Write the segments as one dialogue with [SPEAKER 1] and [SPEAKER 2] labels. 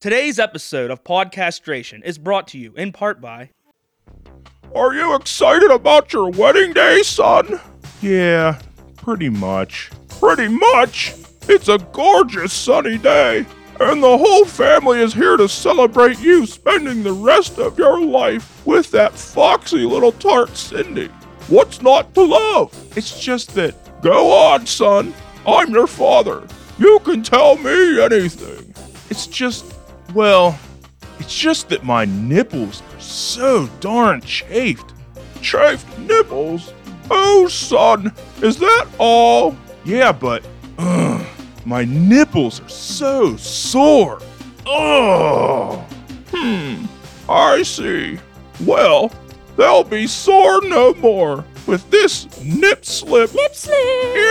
[SPEAKER 1] Today's episode of Podcastration is brought to you in part by
[SPEAKER 2] Are you excited about your wedding day, son? Yeah, pretty much. Pretty much? It's a gorgeous sunny day, and the whole family is here to celebrate you spending the rest of your life with that foxy little tart Cindy. What's not to love? It's just that. Go on, son. I'm your father. You can tell me anything. It's just. Well, it's just that my nipples are so darn chafed. Chafed nipples? Oh, son, is that all? Yeah, but ugh, my nipples are so sore. Oh. Hmm, I see. Well, they'll be sore no more with this nip slip. Nip slip.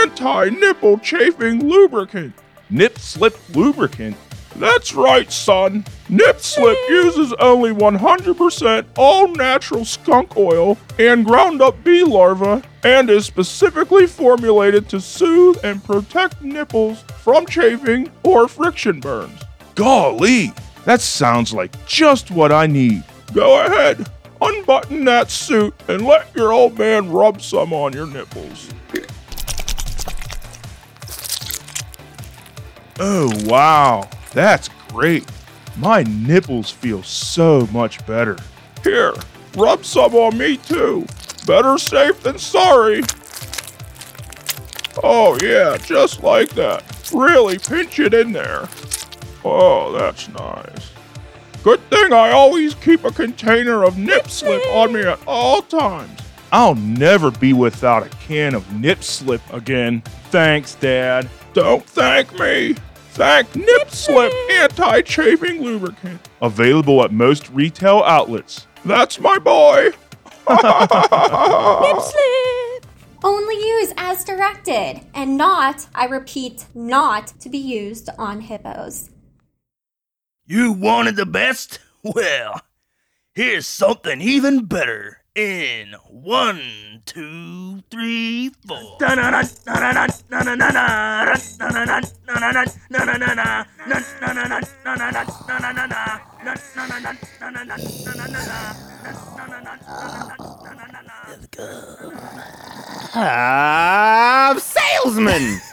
[SPEAKER 2] Anti nipple chafing lubricant. Nip slip lubricant? That's right, son. Nip Slip uses only 100% all natural skunk oil and ground up bee larvae and is specifically formulated to soothe and protect nipples from chafing or friction burns. Golly, that sounds like just what I need. Go ahead, unbutton that suit and let your old man rub some on your nipples. Oh, wow. That's great. My nipples feel so much better. Here, rub some on me too. Better safe than sorry. Oh, yeah, just like that. Really pinch it in there. Oh, that's nice. Good thing I always keep a container of nip slip on me at all times. I'll never be without a can of nip slip again. Thanks, Dad. Don't thank me. Thank Nip Slip Anti Chafing Lubricant. Available at most retail outlets. That's my boy.
[SPEAKER 3] Only use as directed, and not, I repeat, not to be used on hippos.
[SPEAKER 4] You wanted the best? Well, here's something even better. In one, two, three, four.
[SPEAKER 5] I'm salesman.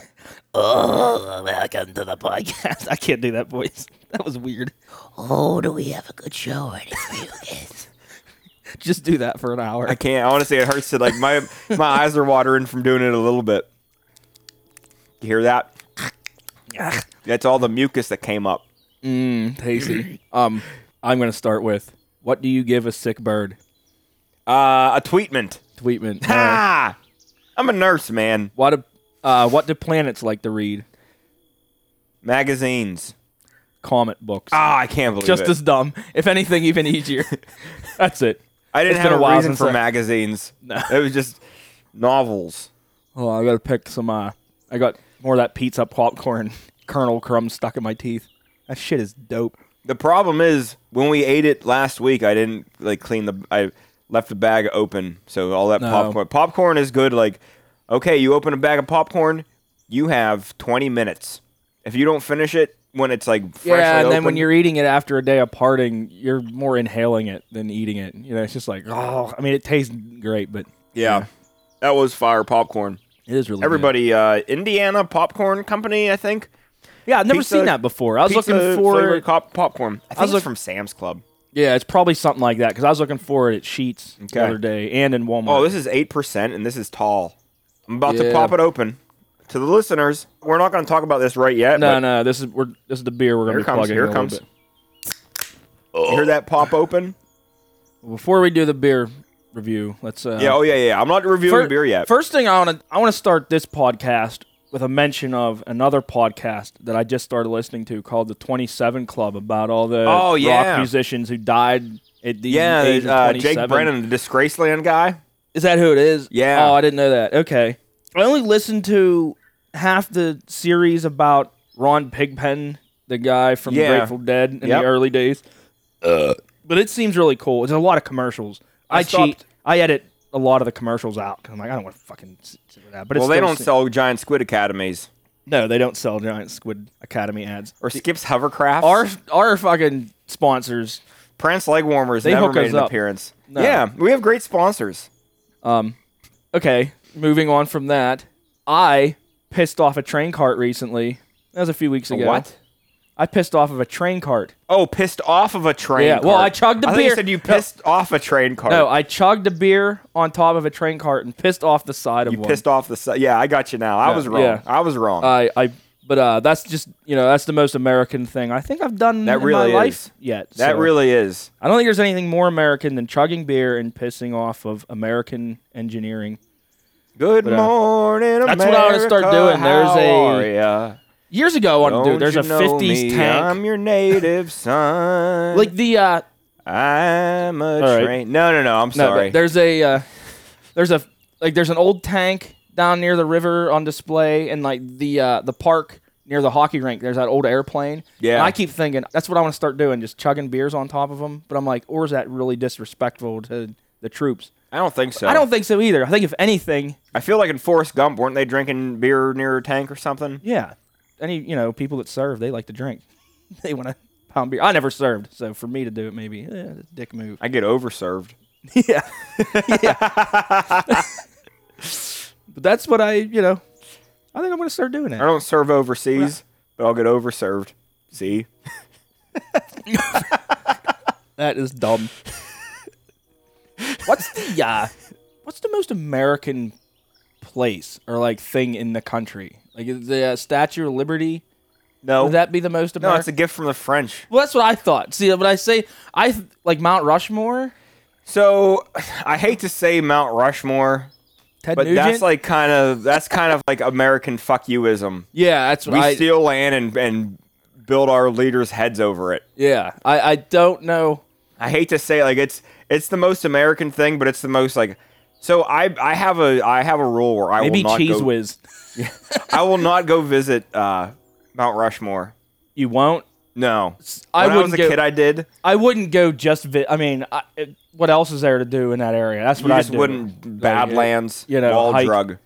[SPEAKER 4] Oh, welcome to the podcast.
[SPEAKER 1] I can't do that voice. That was weird.
[SPEAKER 4] Oh, do we have a good show ready for you guys?
[SPEAKER 1] Just do that for an hour.
[SPEAKER 5] I can't. Honestly, it hurts to like my my eyes are watering from doing it a little bit. You hear that? That's all the mucus that came up.
[SPEAKER 1] Tasty. Um, I'm gonna start with what do you give a sick bird?
[SPEAKER 5] Uh, a tweetment.
[SPEAKER 1] Tweetment. Uh,
[SPEAKER 5] Ah, I'm a nurse, man.
[SPEAKER 1] what do, uh, what do planets like to read?
[SPEAKER 5] Magazines.
[SPEAKER 1] Comet books.
[SPEAKER 5] Ah, I can't believe
[SPEAKER 1] Just
[SPEAKER 5] it.
[SPEAKER 1] as dumb, if anything, even easier. That's it.
[SPEAKER 5] I didn't
[SPEAKER 1] it's
[SPEAKER 5] have
[SPEAKER 1] been
[SPEAKER 5] a,
[SPEAKER 1] a while
[SPEAKER 5] reason
[SPEAKER 1] since
[SPEAKER 5] for
[SPEAKER 1] I-
[SPEAKER 5] magazines. It was just novels.
[SPEAKER 1] Oh, I gotta pick some. Uh, I got more of that pizza popcorn kernel crumb stuck in my teeth. That shit is dope.
[SPEAKER 5] The problem is when we ate it last week, I didn't like clean the. I left the bag open, so all that
[SPEAKER 1] No.
[SPEAKER 5] popcorn. Popcorn is good. Like, okay, you open a bag of popcorn, you have twenty minutes. If you don't finish it when it's like freshly
[SPEAKER 1] yeah, and then when
[SPEAKER 5] opened-
[SPEAKER 1] you're eating it after a day of parting, you're more inhaling it than eating it. You know, it's just like, oh, I mean, it tastes great, but
[SPEAKER 5] yeah, that was fire popcorn.
[SPEAKER 1] it is really good.
[SPEAKER 5] Everybody, uh, Indiana Popcorn Company, I think.
[SPEAKER 1] Yeah, I've never
[SPEAKER 5] pizza-
[SPEAKER 1] seen that before. I was looking for
[SPEAKER 5] flavored cop- popcorn. I think
[SPEAKER 1] was
[SPEAKER 5] it's
[SPEAKER 1] look-
[SPEAKER 5] from Sam's Club.
[SPEAKER 1] yeah, it's probably something like that because I was looking for it at Sheets
[SPEAKER 5] Okay.
[SPEAKER 1] the other day and in Walmart.
[SPEAKER 5] Oh, this is eight percent, and this is tall. I'm about to
[SPEAKER 1] Yeah.
[SPEAKER 5] pop it open to the listeners. We're not going to talk about this right yet.
[SPEAKER 1] no,
[SPEAKER 5] but
[SPEAKER 1] no, this is we're this is the beer we're gonna
[SPEAKER 5] Here
[SPEAKER 1] be
[SPEAKER 5] comes-
[SPEAKER 1] plugging.
[SPEAKER 5] here
[SPEAKER 1] in a little
[SPEAKER 5] comes.
[SPEAKER 1] bit.
[SPEAKER 5] You hear that pop open?
[SPEAKER 1] Before we do the beer review, let's uh,
[SPEAKER 5] Yeah. Oh yeah, yeah. I'm not reviewing
[SPEAKER 1] Fir-
[SPEAKER 5] beer yet.
[SPEAKER 1] First thing I want to I want to start this podcast with a mention of another podcast that I just started listening to called the Twenty Seven Club about all the
[SPEAKER 5] Oh, yeah.
[SPEAKER 1] rock musicians who died at the
[SPEAKER 5] yeah,
[SPEAKER 1] age of
[SPEAKER 5] uh,
[SPEAKER 1] 27.
[SPEAKER 5] Jake Brennan, the Disgraceland guy.
[SPEAKER 1] Is that who it is?
[SPEAKER 5] Yeah.
[SPEAKER 1] Oh, I didn't know that. Okay. I only listened to half the series about Ron Pigpen, the guy from
[SPEAKER 5] Yeah.
[SPEAKER 1] Grateful Dead in
[SPEAKER 5] Yep.
[SPEAKER 1] the early days. Uh. But it seems really cool. There's a lot of commercials. I, cheat.
[SPEAKER 5] stopped-
[SPEAKER 1] I edit a lot of the commercials out because I'm like, I don't want to fucking sit sit with that. But
[SPEAKER 5] Well,
[SPEAKER 1] it's
[SPEAKER 5] they
[SPEAKER 1] still
[SPEAKER 5] don't
[SPEAKER 1] se-
[SPEAKER 5] sell giant squid academies.
[SPEAKER 1] No, they don't sell Giant Squid Academy ads.
[SPEAKER 5] Or Skip's Hovercraft.
[SPEAKER 1] Our our fucking sponsors.
[SPEAKER 5] Prince Leg Warmers
[SPEAKER 1] They
[SPEAKER 5] never
[SPEAKER 1] hook
[SPEAKER 5] made
[SPEAKER 1] us
[SPEAKER 5] an
[SPEAKER 1] up.
[SPEAKER 5] appearance. Yeah, we have great sponsors.
[SPEAKER 1] Okay, moving on from that, I pissed off a train cart recently. That was a few weeks ago.
[SPEAKER 5] What?
[SPEAKER 1] I pissed off of a train cart.
[SPEAKER 5] Oh, pissed off of a train.
[SPEAKER 1] Yeah,
[SPEAKER 5] Cart.
[SPEAKER 1] well, I chugged a
[SPEAKER 5] I thought you
[SPEAKER 1] beer.
[SPEAKER 5] said you pissed off a train cart.
[SPEAKER 1] No, I chugged a beer on top of a train cart and pissed off the side of
[SPEAKER 5] you
[SPEAKER 1] one.
[SPEAKER 5] pissed off the. si- Yeah, I got you now. I was wrong.
[SPEAKER 1] yeah.
[SPEAKER 5] I was wrong.
[SPEAKER 1] I, I, but uh, that's just you know that's the most American thing I think I've done
[SPEAKER 5] That
[SPEAKER 1] in
[SPEAKER 5] really
[SPEAKER 1] my
[SPEAKER 5] is.
[SPEAKER 1] life yet.
[SPEAKER 5] that
[SPEAKER 1] so.
[SPEAKER 5] really is.
[SPEAKER 1] I don't think there's anything more American than chugging beer and pissing off of American engineering.
[SPEAKER 5] Good
[SPEAKER 1] uh,
[SPEAKER 5] morning, America.
[SPEAKER 1] that's what I wanna start doing. There's
[SPEAKER 5] How
[SPEAKER 1] a-
[SPEAKER 5] are ya?
[SPEAKER 1] Years ago, I wanted to do.
[SPEAKER 5] Don't
[SPEAKER 1] There's
[SPEAKER 5] you
[SPEAKER 1] a
[SPEAKER 5] know
[SPEAKER 1] 50s
[SPEAKER 5] me?
[SPEAKER 1] tank.
[SPEAKER 5] I'm your native son.
[SPEAKER 1] like the uh,
[SPEAKER 5] I'm a
[SPEAKER 1] right.
[SPEAKER 5] train. No, no, no. I'm
[SPEAKER 1] no,
[SPEAKER 5] sorry.
[SPEAKER 1] there's a uh, there's a like there's an old tank down near the river on display, and like the uh, the park near the hockey rink. There's that old airplane.
[SPEAKER 5] Yeah.
[SPEAKER 1] and I keep thinking that's what I want to start doing, just chugging beers on top of them. But I'm like, or is that really disrespectful to the troops?
[SPEAKER 5] I don't think so.
[SPEAKER 1] I don't think so either. I think if anything,
[SPEAKER 5] I feel like in Forrest Gump, weren't they drinking beer near a tank or something?
[SPEAKER 1] yeah, any you know people that serve, they like to drink. they want to pound beer. I never served, so for me to do it, maybe eh, it's a dick move.
[SPEAKER 5] I get overserved.
[SPEAKER 1] yeah. but that's what I, you know, I think I'm going to start doing
[SPEAKER 5] I
[SPEAKER 1] that.
[SPEAKER 5] don't serve overseas, but I'll get overserved. See?
[SPEAKER 1] That is dumb. what's the uh, what's the most American place or like thing in the country? Like is the uh, Statue of Liberty
[SPEAKER 5] No.
[SPEAKER 1] would that be the most
[SPEAKER 5] no,
[SPEAKER 1] American?
[SPEAKER 5] it's a gift from the French.
[SPEAKER 1] well, that's what I thought. See, when I say I th- like Mount Rushmore,
[SPEAKER 5] So I hate to say Mount Rushmore,
[SPEAKER 1] Ted
[SPEAKER 5] but
[SPEAKER 1] Nugent.
[SPEAKER 5] that's like kind of that's kind of like American fuck youism.
[SPEAKER 1] yeah, that's what
[SPEAKER 5] We
[SPEAKER 1] I
[SPEAKER 5] steal land and and build our leaders' heads over it.
[SPEAKER 1] yeah. I I don't know.
[SPEAKER 5] I hate to say like it's it's the most American thing, but it's the most like. So I I have a I have a rule where I
[SPEAKER 1] Maybe
[SPEAKER 5] will not
[SPEAKER 1] Cheese
[SPEAKER 5] go,
[SPEAKER 1] Whiz.
[SPEAKER 5] I will not go visit uh, Mount Rushmore.
[SPEAKER 1] You won't.
[SPEAKER 5] No,
[SPEAKER 1] I
[SPEAKER 5] when I was
[SPEAKER 1] wouldn't
[SPEAKER 5] a
[SPEAKER 1] go-
[SPEAKER 5] kid, I did.
[SPEAKER 1] I wouldn't go just. Vi- I mean, I, it- what else is there to do in that area? That's what
[SPEAKER 5] You
[SPEAKER 1] I
[SPEAKER 5] just
[SPEAKER 1] do.
[SPEAKER 5] wouldn't Badlands,
[SPEAKER 1] you know,
[SPEAKER 5] wall
[SPEAKER 1] hike.
[SPEAKER 5] drug.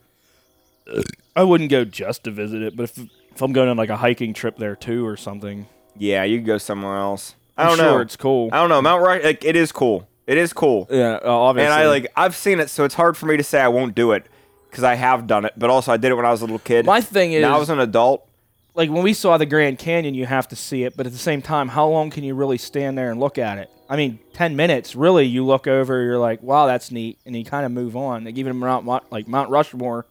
[SPEAKER 1] I wouldn't go just to visit it, but if if I'm going on like a hiking trip there too or something,
[SPEAKER 5] Yeah, you could go somewhere else. I
[SPEAKER 1] I'm
[SPEAKER 5] don't know.
[SPEAKER 1] sure it's cool.
[SPEAKER 5] I don't know. Mount Rush, like it is cool. It is cool.
[SPEAKER 1] yeah, uh, obviously.
[SPEAKER 5] and I like I've seen it, so it's hard for me to say I won't do it because I have done it. But also, I did it when I was a little kid.
[SPEAKER 1] My thing is-
[SPEAKER 5] now I was an adult.
[SPEAKER 1] like when we saw the Grand Canyon, you have to see it, but at the same time, how long can you really stand there and look at it? I mean, ten minutes. Really, you look over, you're like, wow, that's neat, and you kind of move on. Like even Mount Mo- like Mount Rushmore,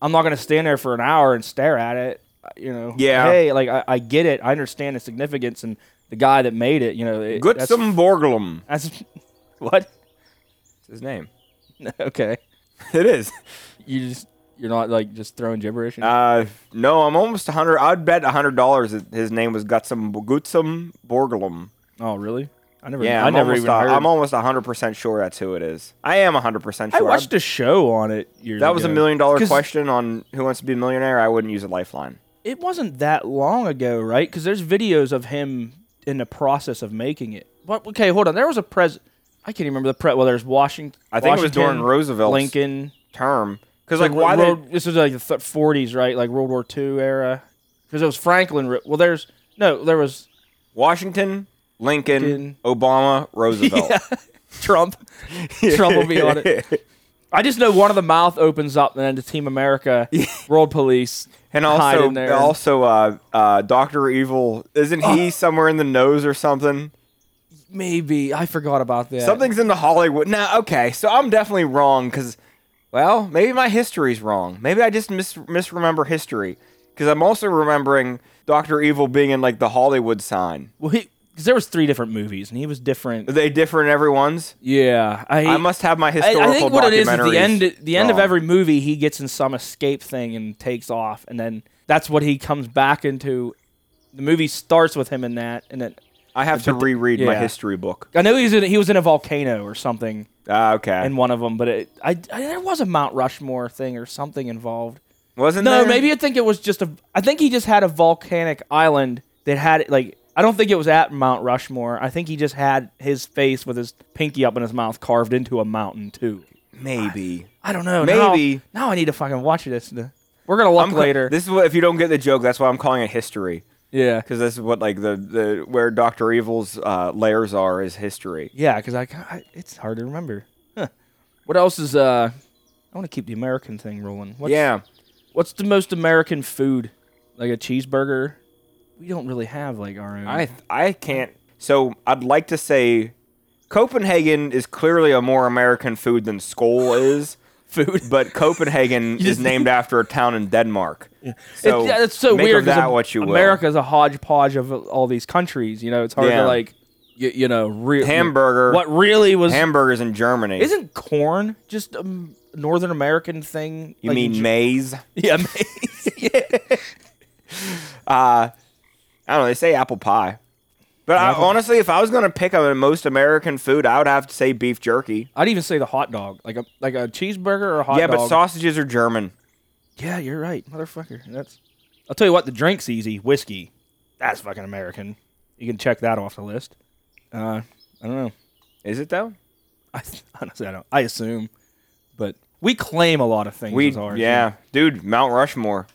[SPEAKER 1] I'm not going to stand there for an hour and stare at it. uh, You know,
[SPEAKER 5] Yeah.
[SPEAKER 1] Hey, like I, I get it. I understand the significance and the guy that made it. You know, it, that's-
[SPEAKER 5] Gutzum Borglum.
[SPEAKER 1] That's what?
[SPEAKER 5] That's his name.
[SPEAKER 1] okay.
[SPEAKER 5] It is.
[SPEAKER 1] You just you're not like just throwing gibberish. in-
[SPEAKER 5] Uh, no, I'm almost a hundred. I'd bet a hundred dollars that his name was Gutzum Gutzum Borglum.
[SPEAKER 1] oh, really? I never.
[SPEAKER 5] Yeah,
[SPEAKER 1] I
[SPEAKER 5] I'm
[SPEAKER 1] never
[SPEAKER 5] almost
[SPEAKER 1] even
[SPEAKER 5] a,
[SPEAKER 1] heard.
[SPEAKER 5] I'm almost hundred percent sure that's who it is. I am hundred percent
[SPEAKER 1] I
[SPEAKER 5] sure.
[SPEAKER 1] watched a show on it. Years
[SPEAKER 5] that was a
[SPEAKER 1] ago.
[SPEAKER 5] million dollar
[SPEAKER 1] 'Cause
[SPEAKER 5] question on Who Wants to Be a Millionaire. I wouldn't use a lifeline.
[SPEAKER 1] It wasn't that long ago, right? Because there's videos of him in the process of making it. What? Okay, hold on. There was a pres. I can't even remember the pre. Well, there's Washington.
[SPEAKER 5] I think it was during Roosevelt's-
[SPEAKER 1] Lincoln.
[SPEAKER 5] Term because like
[SPEAKER 1] The
[SPEAKER 5] why
[SPEAKER 1] World,
[SPEAKER 5] they,
[SPEAKER 1] this was like the th- 40s, right? Like World War II era. Because it was Franklin. Ro- Well, there's no. There was
[SPEAKER 5] Washington, Lincoln,
[SPEAKER 1] Lincoln.
[SPEAKER 5] Obama, Roosevelt.
[SPEAKER 1] Trump. Trump will be on it. I just know one of the mouth opens up, and then the Team America Road Police
[SPEAKER 5] And
[SPEAKER 1] hide
[SPEAKER 5] also,
[SPEAKER 1] in there. Oh.
[SPEAKER 5] also, uh, uh, Doctor Evil isn't he somewhere in the nose or something?
[SPEAKER 1] Maybe I forgot about that.
[SPEAKER 5] Something's in the Hollywood. Nah, okay, so I'm definitely wrong because, well, maybe my history's wrong. Maybe I just mis- misremember history because I'm also remembering Doctor Evil being in like the Hollywood sign.
[SPEAKER 1] Well, because there was three different movies, and he was different.
[SPEAKER 5] Are they different in everyone's?
[SPEAKER 1] Yeah, I,
[SPEAKER 5] I must have my
[SPEAKER 1] I,
[SPEAKER 5] historical.
[SPEAKER 1] I think what it is is the
[SPEAKER 5] documentaries
[SPEAKER 1] end. The end of
[SPEAKER 5] wrong.
[SPEAKER 1] every movie, he gets in some escape thing and takes off, and then that's what he comes back into. The movie starts with him in that, and then
[SPEAKER 5] I have to reread my
[SPEAKER 1] yeah.
[SPEAKER 5] history book.
[SPEAKER 1] I know he's in, he was in a volcano or something
[SPEAKER 5] Ah, okay.
[SPEAKER 1] in one of them, but it, I, I there was a Mount Rushmore thing or something involved.
[SPEAKER 5] Wasn't
[SPEAKER 1] No,
[SPEAKER 5] there?
[SPEAKER 1] maybe I think it was just a. I think he just had a volcanic island that had like. I don't think it was at Mount Rushmore. I think he just had his face with his pinky up in his mouth carved into a mountain too.
[SPEAKER 5] maybe.
[SPEAKER 1] I don't know.
[SPEAKER 5] Maybe.
[SPEAKER 1] now, now I need to fucking watch this. to- We're gonna look
[SPEAKER 5] I'm ca-
[SPEAKER 1] later.
[SPEAKER 5] This is what if you don't get the joke, that's why I'm calling it history.
[SPEAKER 1] yeah,
[SPEAKER 5] Because this is what like the, the where Doctor Evil's uh, layers are is history.
[SPEAKER 1] yeah, because I, ca- I- it's hard to remember. Huh. What else is uh? I want to keep the American thing rolling. What's,
[SPEAKER 5] yeah,
[SPEAKER 1] What's the most American food? Like a cheeseburger? We don't really have like our own.
[SPEAKER 5] I th- I can't. So I'd like to say Copenhagen is clearly a more American food than Skull is.
[SPEAKER 1] food.
[SPEAKER 5] But Copenhagen is named after a town in Denmark. So
[SPEAKER 1] it's, yeah, it's so
[SPEAKER 5] make
[SPEAKER 1] weird.
[SPEAKER 5] of
[SPEAKER 1] 'cause
[SPEAKER 5] that
[SPEAKER 1] Am-
[SPEAKER 5] what you will.
[SPEAKER 1] America's a hodgepodge of all these countries. You know, it's hard
[SPEAKER 5] Yeah.
[SPEAKER 1] to like, you, you know, re-
[SPEAKER 5] Hamburger.
[SPEAKER 1] What really was?
[SPEAKER 5] hamburgers in Germany.
[SPEAKER 1] isn't corn just a m- Northern American thing?
[SPEAKER 5] you
[SPEAKER 1] Like,
[SPEAKER 5] mean
[SPEAKER 1] Ge-
[SPEAKER 5] maize?
[SPEAKER 1] Yeah, maize. yeah.
[SPEAKER 5] I don't know. They say apple pie. But I,
[SPEAKER 1] Apple-
[SPEAKER 5] honestly, if I was gonna pick a most American food, I would have to say beef jerky.
[SPEAKER 1] I'd even say the hot dog, like a like a cheeseburger or a hot
[SPEAKER 5] yeah,
[SPEAKER 1] dog.
[SPEAKER 5] but sausages are German.
[SPEAKER 1] Yeah, you're right, motherfucker. That's. I'll tell you what, the drink's easy. Whiskey, that's fucking American. You can check that off the list. Uh, I don't know.
[SPEAKER 5] Is it though?
[SPEAKER 1] I honestly, I don't. I assume, but we claim a lot of things.
[SPEAKER 5] We
[SPEAKER 1] as ours,
[SPEAKER 5] yeah, dude, Mount Rushmore.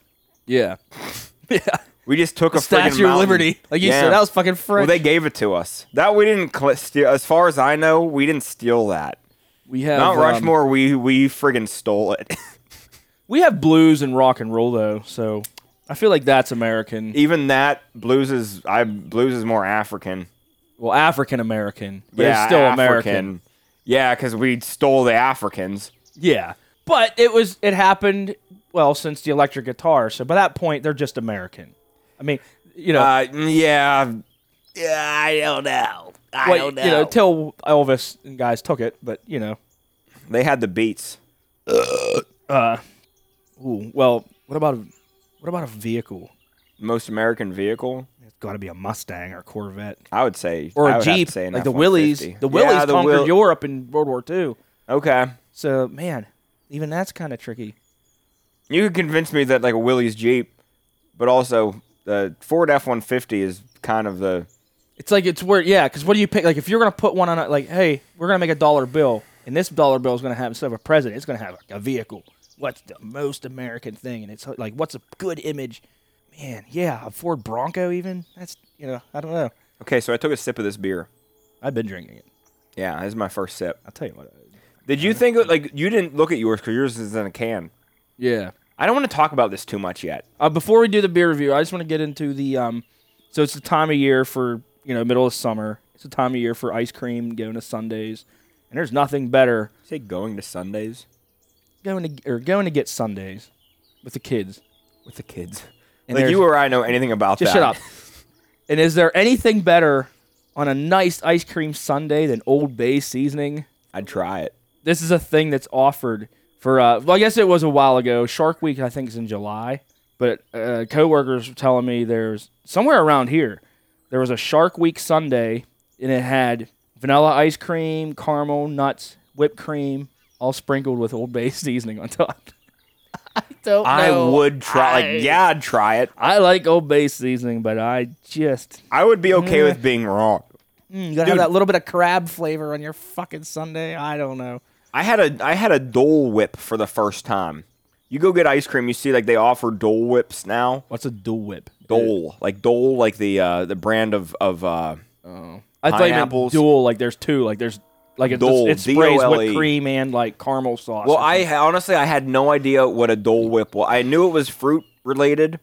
[SPEAKER 1] yeah, yeah.
[SPEAKER 5] We just took a freaking
[SPEAKER 1] Statue of
[SPEAKER 5] mountain.
[SPEAKER 1] Liberty, like you
[SPEAKER 5] Yeah.
[SPEAKER 1] said, that was fucking
[SPEAKER 5] Well,
[SPEAKER 1] French.
[SPEAKER 5] they gave it to us. That we didn't cl- steal. As far as I know, we didn't steal that.
[SPEAKER 1] we have
[SPEAKER 5] Mount
[SPEAKER 1] um,
[SPEAKER 5] Rushmore, we we friggin' stole it.
[SPEAKER 1] we have blues and rock and roll though, so I feel like that's American.
[SPEAKER 5] Even that blues is I blues is more African.
[SPEAKER 1] Well, African American, but it's
[SPEAKER 5] yeah,
[SPEAKER 1] still American.
[SPEAKER 5] African. Yeah, because we stole the Africans.
[SPEAKER 1] Yeah, but it was it happened well since the electric guitar. So by that point, they're just American. I mean, you know,
[SPEAKER 5] Uh, yeah,
[SPEAKER 4] mm, Yeah, I don't know. I
[SPEAKER 1] well,
[SPEAKER 4] don't know.
[SPEAKER 1] you know, till Elvis and guys took it, but you know,
[SPEAKER 5] they had the beats.
[SPEAKER 1] ooh, well, what about a, what about a vehicle?
[SPEAKER 5] Most American vehicle,
[SPEAKER 1] It's got to be a Mustang or Corvette
[SPEAKER 5] I would say,
[SPEAKER 1] or
[SPEAKER 5] I
[SPEAKER 1] a
[SPEAKER 5] would have to
[SPEAKER 1] Jeep,
[SPEAKER 5] say an
[SPEAKER 1] like the
[SPEAKER 5] F-150.
[SPEAKER 1] Willys.
[SPEAKER 5] Yeah,
[SPEAKER 1] The Willys
[SPEAKER 5] the
[SPEAKER 1] conquered
[SPEAKER 5] Will-
[SPEAKER 1] Europe in World War II.
[SPEAKER 5] Okay,
[SPEAKER 1] So man, even that's kind of tricky.
[SPEAKER 5] you could convince me that like a Willys Jeep, but also the Ford F one fifty is kind of the
[SPEAKER 1] It's like it's where yeah, because what do you pick? Like if you're gonna put one on a like, hey, we're gonna make a dollar bill, and this dollar bill is gonna have instead of a president, it's gonna have a, vehicle. What's the most American thing? And it's like, what's a good image? Man, yeah, a Ford Bronco even. That's you know, I don't know.
[SPEAKER 5] okay. So I took a sip of this beer.
[SPEAKER 1] I've been drinking it.
[SPEAKER 5] Yeah, this is my first sip.
[SPEAKER 1] I'll tell you what.
[SPEAKER 5] Did you think like you didn't look at yours because yours is in a can?
[SPEAKER 1] Yeah.
[SPEAKER 5] I don't want to talk about this too much yet.
[SPEAKER 1] Uh, before we do the beer review, I just want to get into the um. So it's the time of year for you know middle of summer. It's the time of year for ice cream, going to Sundays, and there's nothing better
[SPEAKER 5] Say going to Sundays
[SPEAKER 1] going to or going to get Sundays with the kids.
[SPEAKER 5] with the kids.
[SPEAKER 1] And
[SPEAKER 5] like
[SPEAKER 1] there's-
[SPEAKER 5] you or I know anything about
[SPEAKER 1] Just
[SPEAKER 5] that?
[SPEAKER 1] shut up. and is there anything better on a nice ice cream sundae than Old Bay seasoning?
[SPEAKER 5] I'd try it.
[SPEAKER 1] This is a thing that's offered for. Uh, well, I guess it was a while ago. Shark Week, I think, is in July. But uh, coworkers were telling me there's somewhere around here there was a Shark Week Sunday, and it had vanilla ice cream, caramel, nuts, whipped cream, all sprinkled with Old Bay seasoning on top. Oh,
[SPEAKER 4] don't
[SPEAKER 5] I
[SPEAKER 4] know.
[SPEAKER 5] would try.
[SPEAKER 4] I-
[SPEAKER 5] Like yeah, I'd try it.
[SPEAKER 1] I like Old Bay seasoning, but I just
[SPEAKER 5] I would be okay with being wrong.
[SPEAKER 1] Mm-hmm. Mm, You gotta have that little bit of crab flavor on your fucking Sunday. I don't know.
[SPEAKER 5] I had a I had a Dole Whip for the first time. You go get ice cream, you see like they offer Dole Whips now.
[SPEAKER 1] What's a Dole Whip?
[SPEAKER 5] Dole, like Dole, like the uh, the brand of of uh,
[SPEAKER 1] I thought you meant
[SPEAKER 5] Pineapples.
[SPEAKER 1] dual. Like there's two. Like there's like it's,
[SPEAKER 5] Dole,
[SPEAKER 1] it sprays
[SPEAKER 5] D-O-L-E.
[SPEAKER 1] whipped cream and like caramel sauce.
[SPEAKER 5] E. Well, I ha- honestly I had no idea what a Dole Whip was. I knew it was fruit related,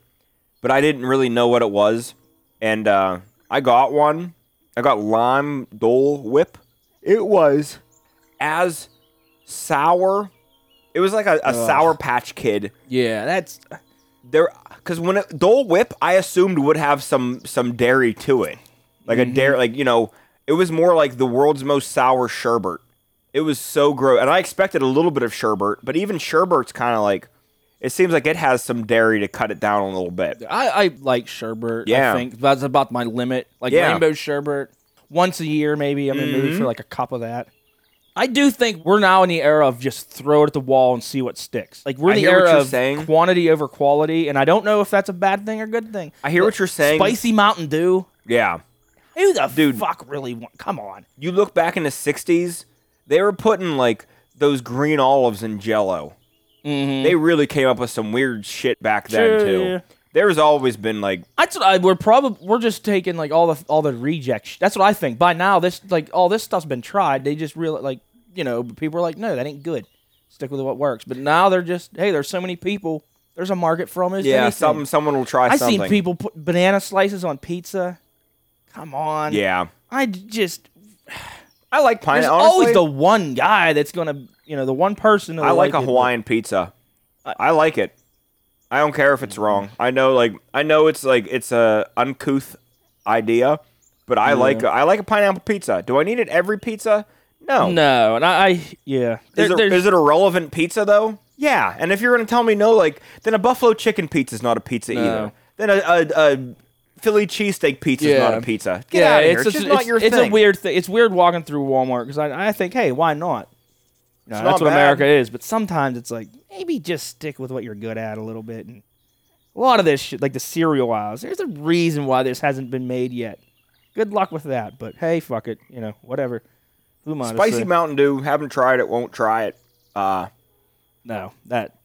[SPEAKER 5] but I didn't really know what it was. And uh, I got one. I got lime Dole Whip. It was as sour. It was like a, a sour patch kid.
[SPEAKER 1] yeah, that's
[SPEAKER 5] There, because when it, Dole Whip, I assumed would have some some dairy to it, like a
[SPEAKER 1] Mm-hmm.
[SPEAKER 5] dairy, like you know, it was more like the world's most sour sherbet. It was so gross, and I expected a little bit of sherbet, but even sherbet's kind of like, it seems like it has some dairy to cut it down a little bit.
[SPEAKER 1] I, I like sherbet.
[SPEAKER 5] Yeah.
[SPEAKER 1] I think that's about my limit. Like
[SPEAKER 5] Yeah. Mm-hmm.
[SPEAKER 1] rainbow sherbet, once a year maybe I'm in the mood for like a cup of that. I do think we're now in the era of just throw it at the wall and see what sticks. Like we're
[SPEAKER 5] I
[SPEAKER 1] in the
[SPEAKER 5] hear what
[SPEAKER 1] era
[SPEAKER 5] you're
[SPEAKER 1] of
[SPEAKER 5] saying.
[SPEAKER 1] quantity over quality, and I don't know if that's a bad thing or good thing.
[SPEAKER 5] I hear what you're saying.
[SPEAKER 1] Spicy Mountain Dew.
[SPEAKER 5] Yeah,
[SPEAKER 1] Who the
[SPEAKER 5] Dude.
[SPEAKER 1] fuck really want? Come on.
[SPEAKER 5] you look back in the '60s, they were putting like those green olives in Jello. They really came up with some weird shit back then
[SPEAKER 1] Mm-hmm. Sure,
[SPEAKER 5] too.
[SPEAKER 1] yeah.
[SPEAKER 5] There's always been like
[SPEAKER 1] That's what I, we're probably we're just taking like all the all the reject. Sh- that's what I think. By now, this like all this stuff's been tried. They just real like you know but people are like, no, that ain't good. Stick with what works. But now they're just hey, there's so many people. There's a market for almost
[SPEAKER 5] yeah,
[SPEAKER 1] anything.
[SPEAKER 5] some someone will try
[SPEAKER 1] I
[SPEAKER 5] something.
[SPEAKER 1] seen people put banana slices on pizza. Come on.
[SPEAKER 5] Yeah,
[SPEAKER 1] I d- just
[SPEAKER 5] I like pine.
[SPEAKER 1] there's always the one guy that's gonna you know the one person. that'll
[SPEAKER 5] I like a
[SPEAKER 1] it, but-
[SPEAKER 5] Hawaiian pizza. I like it. I don't care if it's wrong. I know, like, I know it's like it's a uncouth idea, but I
[SPEAKER 1] Mm-hmm.
[SPEAKER 5] like I like a pineapple pizza. Do I need it every pizza? No.
[SPEAKER 1] No, and I, I yeah. There-
[SPEAKER 5] Is, it,
[SPEAKER 1] there's-
[SPEAKER 5] is it a relevant pizza though? Yeah. And if you're gonna tell me no, like, then a buffalo chicken pizza is not a pizza either. Then a, a, a Philly cheesesteak pizza is not
[SPEAKER 1] Yeah.
[SPEAKER 5] a pizza. Get out of here. It's, just not your
[SPEAKER 1] it's
[SPEAKER 5] thing.
[SPEAKER 1] a weird thing. It's weird walking through Walmart because I, I think, hey, why not? You know,
[SPEAKER 5] It's
[SPEAKER 1] that's
[SPEAKER 5] not
[SPEAKER 1] what
[SPEAKER 5] bad.
[SPEAKER 1] America is. But sometimes it's like maybe just stick with what you're good at a little bit. And a lot of this shit, like the cereal aisles, there's a reason why this hasn't been made yet. Good luck with that. But hey, fuck it. You know, whatever. Who am I to
[SPEAKER 5] Spicy
[SPEAKER 1] say?
[SPEAKER 5] Mountain Dew. Haven't tried it. Won't try it. Uh,
[SPEAKER 1] No, that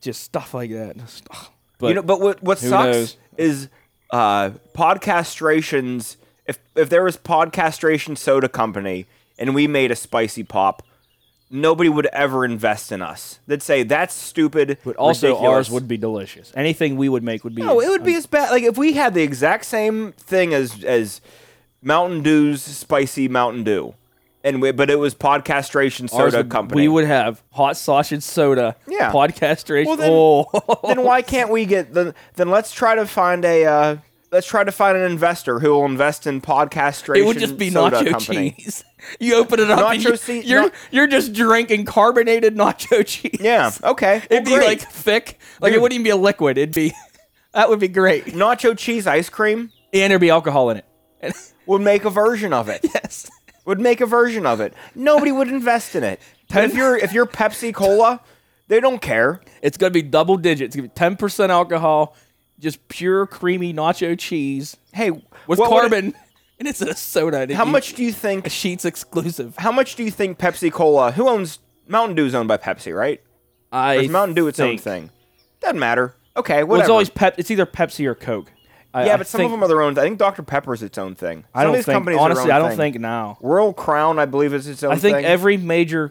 [SPEAKER 1] just stuff like that. Just, ugh. But
[SPEAKER 5] you know, but what what sucks
[SPEAKER 1] knows?
[SPEAKER 5] is uh, podcastrations. If if there was podcastration soda company and we made a spicy pop, nobody would ever invest in us. They'd say that's stupid.
[SPEAKER 1] but also
[SPEAKER 5] ridiculous."
[SPEAKER 1] ours would be delicious. Anything we would make would be.
[SPEAKER 5] No, it would be as bad. Like if we had the exact same thing as as Mountain Dew's spicy Mountain Dew, and we, but it was podcastration
[SPEAKER 1] ours
[SPEAKER 5] soda
[SPEAKER 1] would-
[SPEAKER 5] company.
[SPEAKER 1] We would have hot sausage soda.
[SPEAKER 5] Yeah.
[SPEAKER 1] Podcast
[SPEAKER 5] Well,
[SPEAKER 1] racing.
[SPEAKER 5] then-
[SPEAKER 1] oh.
[SPEAKER 5] then why can't we get then then let's try to find a uh, let's try to find an investor who will invest in podcastration
[SPEAKER 1] It would just be
[SPEAKER 5] soda
[SPEAKER 1] nacho
[SPEAKER 5] company.
[SPEAKER 1] cheese. You open it up, and
[SPEAKER 5] Nacho
[SPEAKER 1] you,
[SPEAKER 5] cheese-
[SPEAKER 1] you're
[SPEAKER 5] na-
[SPEAKER 1] you're just drinking carbonated nacho cheese.
[SPEAKER 5] Yeah, okay.
[SPEAKER 1] it'd be
[SPEAKER 5] Well,
[SPEAKER 1] like
[SPEAKER 5] great.
[SPEAKER 1] thick, like it
[SPEAKER 5] Dude.
[SPEAKER 1] wouldn't even be a liquid. It'd be that would be great, and
[SPEAKER 5] nacho cheese ice cream
[SPEAKER 1] there'd be alcohol in it.
[SPEAKER 5] would make a version of it.
[SPEAKER 1] Yes.
[SPEAKER 5] Would make a version of it. Nobody would invest in it. But if you're if you're Pepsi Cola, they don't care.
[SPEAKER 1] It's gonna be double digits. Ten percent alcohol, just pure creamy nacho cheese
[SPEAKER 5] Hey,
[SPEAKER 1] with
[SPEAKER 5] what would it-
[SPEAKER 1] carbon, and it's in a soda. and
[SPEAKER 5] how
[SPEAKER 1] you-
[SPEAKER 5] much do you think?
[SPEAKER 1] Sheets exclusive.
[SPEAKER 5] How much do you think Pepsi Cola? Who owns Mountain Dew? Is owned by Pepsi, right?
[SPEAKER 1] I
[SPEAKER 5] Or is Mountain Dew its own
[SPEAKER 1] think-
[SPEAKER 5] thing? Doesn't matter. Okay, whatever.
[SPEAKER 1] Well, it's always pep. It's either Pepsi or Coke. I-
[SPEAKER 5] Yeah,
[SPEAKER 1] I
[SPEAKER 5] but some
[SPEAKER 1] think-
[SPEAKER 5] of them are their own. I think Dr Pepper is its own thing.
[SPEAKER 1] I
[SPEAKER 5] Some
[SPEAKER 1] don't
[SPEAKER 5] of these
[SPEAKER 1] think.
[SPEAKER 5] companies are
[SPEAKER 1] honestly,
[SPEAKER 5] their
[SPEAKER 1] I
[SPEAKER 5] own
[SPEAKER 1] don't
[SPEAKER 5] thing.
[SPEAKER 1] think now.
[SPEAKER 5] Royal Crown, I believe, is its own.
[SPEAKER 1] I think
[SPEAKER 5] thing.
[SPEAKER 1] every major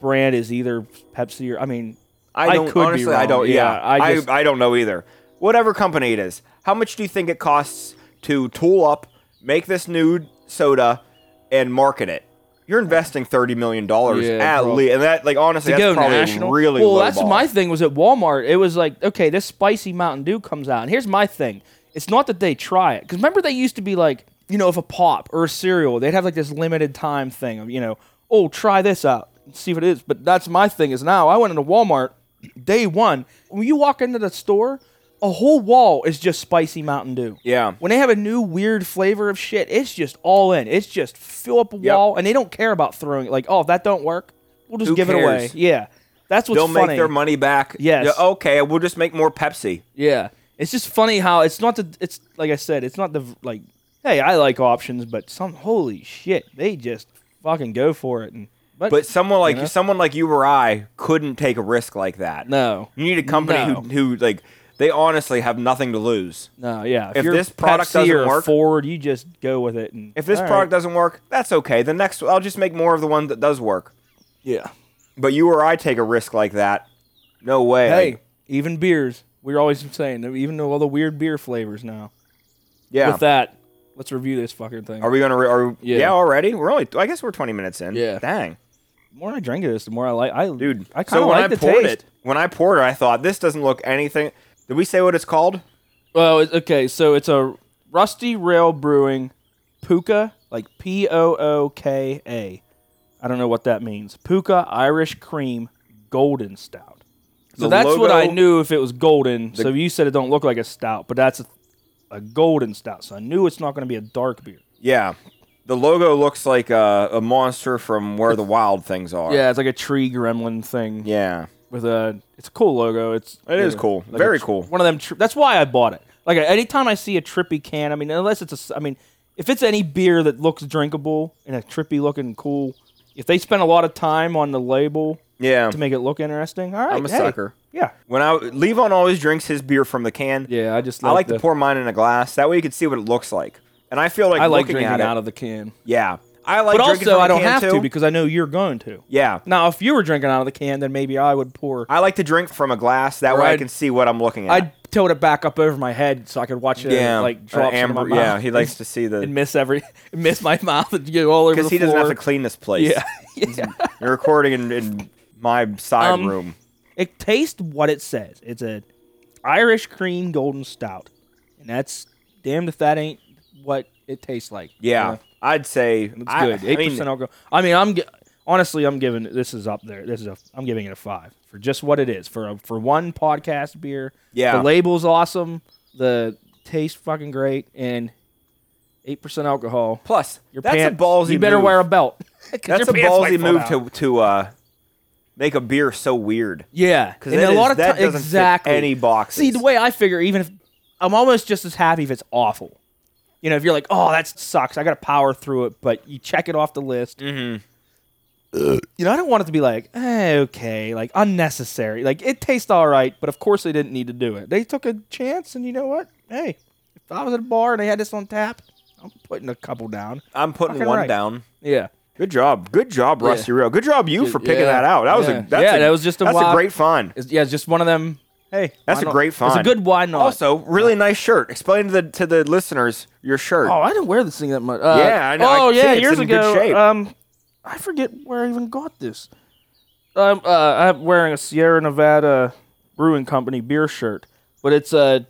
[SPEAKER 1] brand is either Pepsi or I mean,
[SPEAKER 5] I don't
[SPEAKER 1] could
[SPEAKER 5] honestly.
[SPEAKER 1] be wrong.
[SPEAKER 5] I don't. Yeah,
[SPEAKER 1] I just,
[SPEAKER 5] I, I don't know either. Whatever company it is, how much do you think it costs to tool up, make this new soda, and market it? You're investing thirty million dollars
[SPEAKER 1] Yeah,
[SPEAKER 5] at
[SPEAKER 1] prob-
[SPEAKER 5] least, and that like honestly,
[SPEAKER 1] to go
[SPEAKER 5] that's probably
[SPEAKER 1] national.
[SPEAKER 5] really
[SPEAKER 1] well,
[SPEAKER 5] low
[SPEAKER 1] that's
[SPEAKER 5] ball.
[SPEAKER 1] my thing. Was at Walmart, it was like, okay, this spicy Mountain Dew comes out, and here's my thing. It's not that they try it, because remember they used to be like, you know, if a pop or a cereal, they'd have like this limited time thing of, you know, oh, try this out, see what it is. But that's my thing is now I went into Walmart day one. When you walk into the store, a whole wall is just spicy Mountain Dew.
[SPEAKER 5] Yeah.
[SPEAKER 1] When they have a new weird flavor of shit, it's just all in. It's just fill up a
[SPEAKER 5] Yep.
[SPEAKER 1] wall, and they don't care about throwing it. Like, oh, if that don't work, we'll just
[SPEAKER 5] Who
[SPEAKER 1] give it away.
[SPEAKER 5] cares?
[SPEAKER 1] Yeah, that's what's
[SPEAKER 5] They'll
[SPEAKER 1] funny.
[SPEAKER 5] make their money back.
[SPEAKER 1] Yes.
[SPEAKER 5] Yeah, okay, we'll just make more Pepsi.
[SPEAKER 1] Yeah, it's just funny how it's not the. It's like I said, it's not the like. Hey, I like options, but some holy shit, they just fucking go for it. And but,
[SPEAKER 5] But someone like
[SPEAKER 1] know?
[SPEAKER 5] someone like you or I couldn't take a risk like that.
[SPEAKER 1] no,
[SPEAKER 5] You need a company
[SPEAKER 1] No.
[SPEAKER 5] who, who like they honestly have nothing to lose.
[SPEAKER 1] no, yeah.
[SPEAKER 5] if
[SPEAKER 1] you're
[SPEAKER 5] this product
[SPEAKER 1] Pepsi
[SPEAKER 5] doesn't
[SPEAKER 1] or
[SPEAKER 5] work-
[SPEAKER 1] Ford, you just go with it. And
[SPEAKER 5] If this
[SPEAKER 1] all right.
[SPEAKER 5] product doesn't work, that's okay. The next I'll just make more of the one that does work.
[SPEAKER 1] yeah,
[SPEAKER 5] But you or I take a risk like that. No way.
[SPEAKER 1] hey, even beers, we're always saying that even though all the weird beer flavors now.
[SPEAKER 5] yeah.
[SPEAKER 1] With that, let's review this fucking thing.
[SPEAKER 5] Are we gonna? Re- are we,
[SPEAKER 1] Yeah.
[SPEAKER 5] yeah. already? We're only. I guess we're twenty minutes in.
[SPEAKER 1] Yeah.
[SPEAKER 5] Dang,
[SPEAKER 1] the more I drink of this, the more I like. I
[SPEAKER 5] dude.
[SPEAKER 1] I kind
[SPEAKER 5] so
[SPEAKER 1] of
[SPEAKER 5] when
[SPEAKER 1] like
[SPEAKER 5] I
[SPEAKER 1] the
[SPEAKER 5] poured
[SPEAKER 1] taste.
[SPEAKER 5] it, when I poured it, I thought this doesn't look anything. Did we say what it's called?
[SPEAKER 1] Well, it's, okay, so it's a Rusty Rail Brewing Puka, like P O O K A. I don't know what that means. Puka Irish Cream Golden Stout. So
[SPEAKER 5] The
[SPEAKER 1] that's what I
[SPEAKER 5] logo-
[SPEAKER 1] knew if it was golden. so you said it don't look like a stout, but that's a, a golden stout. So I knew it's not going to be a dark beer.
[SPEAKER 5] Yeah. The logo looks like a, a monster from where the wild things are.
[SPEAKER 1] Yeah, it's like a tree gremlin thing.
[SPEAKER 5] Yeah.
[SPEAKER 1] with a it's a cool logo. It's
[SPEAKER 5] It is cool.
[SPEAKER 1] a
[SPEAKER 5] Very
[SPEAKER 1] tr-
[SPEAKER 5] cool.
[SPEAKER 1] One of them. Tri- that's why I bought it. Like I- anytime I see a trippy can, I mean, unless it's a, s- I mean, if it's any beer that looks drinkable and a trippy looking cool, If they spend a lot of time on the label
[SPEAKER 5] Yeah.
[SPEAKER 1] to make it look interesting, all right.
[SPEAKER 5] I'm a
[SPEAKER 1] hey.
[SPEAKER 5] sucker.
[SPEAKER 1] Yeah.
[SPEAKER 5] When I Levon always drinks his beer from the can.
[SPEAKER 1] Yeah, I just
[SPEAKER 5] I
[SPEAKER 1] like
[SPEAKER 5] like
[SPEAKER 1] the,
[SPEAKER 5] to pour mine in a glass. That way you can see what it looks like. And I feel like
[SPEAKER 1] I like
[SPEAKER 5] looking
[SPEAKER 1] drinking
[SPEAKER 5] at it.
[SPEAKER 1] out of the can.
[SPEAKER 5] yeah. I like
[SPEAKER 1] But
[SPEAKER 5] drinking
[SPEAKER 1] also,
[SPEAKER 5] from
[SPEAKER 1] I
[SPEAKER 5] the
[SPEAKER 1] don't
[SPEAKER 5] can
[SPEAKER 1] have
[SPEAKER 5] too.
[SPEAKER 1] to because I know you're going to.
[SPEAKER 5] yeah.
[SPEAKER 1] Now, if you were drinking out of the can, then maybe I would pour.
[SPEAKER 5] I like to drink from a glass. That way I
[SPEAKER 1] Right.
[SPEAKER 5] can see what I'm looking at.
[SPEAKER 1] I'd tilt it back up over my head so I could watch it
[SPEAKER 5] yeah.
[SPEAKER 1] like
[SPEAKER 5] Or
[SPEAKER 1] drop
[SPEAKER 5] amber.
[SPEAKER 1] into my mouth
[SPEAKER 5] Yeah. He likes to see
[SPEAKER 1] and
[SPEAKER 5] the
[SPEAKER 1] miss every miss my mouth and go all over the
[SPEAKER 5] because he
[SPEAKER 1] floor.
[SPEAKER 5] doesn't have to clean this place.
[SPEAKER 1] Yeah.
[SPEAKER 5] You're recording in, in my side
[SPEAKER 1] Um,
[SPEAKER 5] room.
[SPEAKER 1] It tastes what it says. It's a Irish cream golden stout, and that's damned if that ain't what it tastes like.
[SPEAKER 5] Yeah.
[SPEAKER 1] You know,
[SPEAKER 5] I'd say
[SPEAKER 1] it's
[SPEAKER 5] I-
[SPEAKER 1] good.
[SPEAKER 5] I
[SPEAKER 1] Eight
[SPEAKER 5] mean,
[SPEAKER 1] percent alcohol. I mean, I'm gi- honestly, I'm giving this is up there. This is a I'm giving it a five for just what it is for a, for one podcast beer.
[SPEAKER 5] Yeah.
[SPEAKER 1] the label's awesome. The taste fucking great, and eight percent alcohol.
[SPEAKER 5] Plus,
[SPEAKER 1] Your
[SPEAKER 5] that's
[SPEAKER 1] pants,
[SPEAKER 5] a ballsy.
[SPEAKER 1] You better
[SPEAKER 5] move.
[SPEAKER 1] wear a belt. 'Cause
[SPEAKER 5] That's a
[SPEAKER 1] your pants might
[SPEAKER 5] ballsy
[SPEAKER 1] fall
[SPEAKER 5] move
[SPEAKER 1] out.
[SPEAKER 5] to to uh, make a beer so weird.
[SPEAKER 1] Yeah,
[SPEAKER 5] 'Cause
[SPEAKER 1] And
[SPEAKER 5] that
[SPEAKER 1] a lot
[SPEAKER 5] is-
[SPEAKER 1] of
[SPEAKER 5] that
[SPEAKER 1] ti-
[SPEAKER 5] doesn't fit
[SPEAKER 1] exactly
[SPEAKER 5] any boxes.
[SPEAKER 1] See, the way I figure, even if I'm almost just as happy if it's awful. You know, if you're like, "Oh, that sucks," I got to power through it, but you check it off the list. Mm-hmm. You know, I don't want it to be like, eh, okay, like unnecessary. Like it tastes all right, but of course they didn't need to do it. They took a chance, and you know what? Hey, if I was at a bar and they had this on tap, I'm putting a couple down.
[SPEAKER 5] I'm putting
[SPEAKER 1] Fucking
[SPEAKER 5] one
[SPEAKER 1] right.
[SPEAKER 5] down.
[SPEAKER 1] Yeah,
[SPEAKER 5] Good job, good job, Rusty Real. Good job, you for picking
[SPEAKER 1] yeah,
[SPEAKER 5] that out. That was
[SPEAKER 1] yeah.
[SPEAKER 5] a that's
[SPEAKER 1] Yeah,
[SPEAKER 5] a-
[SPEAKER 1] that was just a
[SPEAKER 5] that's a
[SPEAKER 1] wild-
[SPEAKER 5] great find.
[SPEAKER 1] it's, yeah, it's just one of them. Hey,
[SPEAKER 5] That's
[SPEAKER 1] why
[SPEAKER 5] a
[SPEAKER 1] not?
[SPEAKER 5] great
[SPEAKER 1] It's a
[SPEAKER 5] find.
[SPEAKER 1] good why not?
[SPEAKER 5] Also, really nice shirt. Explain to the to the listeners your shirt.
[SPEAKER 1] Oh, I didn't wear this thing that much. Uh,
[SPEAKER 5] Yeah, I know. I
[SPEAKER 1] Oh,
[SPEAKER 5] can see
[SPEAKER 1] yeah,
[SPEAKER 5] it's
[SPEAKER 1] years
[SPEAKER 5] in good
[SPEAKER 1] ago.
[SPEAKER 5] shape.
[SPEAKER 1] Um, I forget where I even got this. Um, uh, I'm wearing a Sierra Nevada Brewing Company beer shirt, but it's a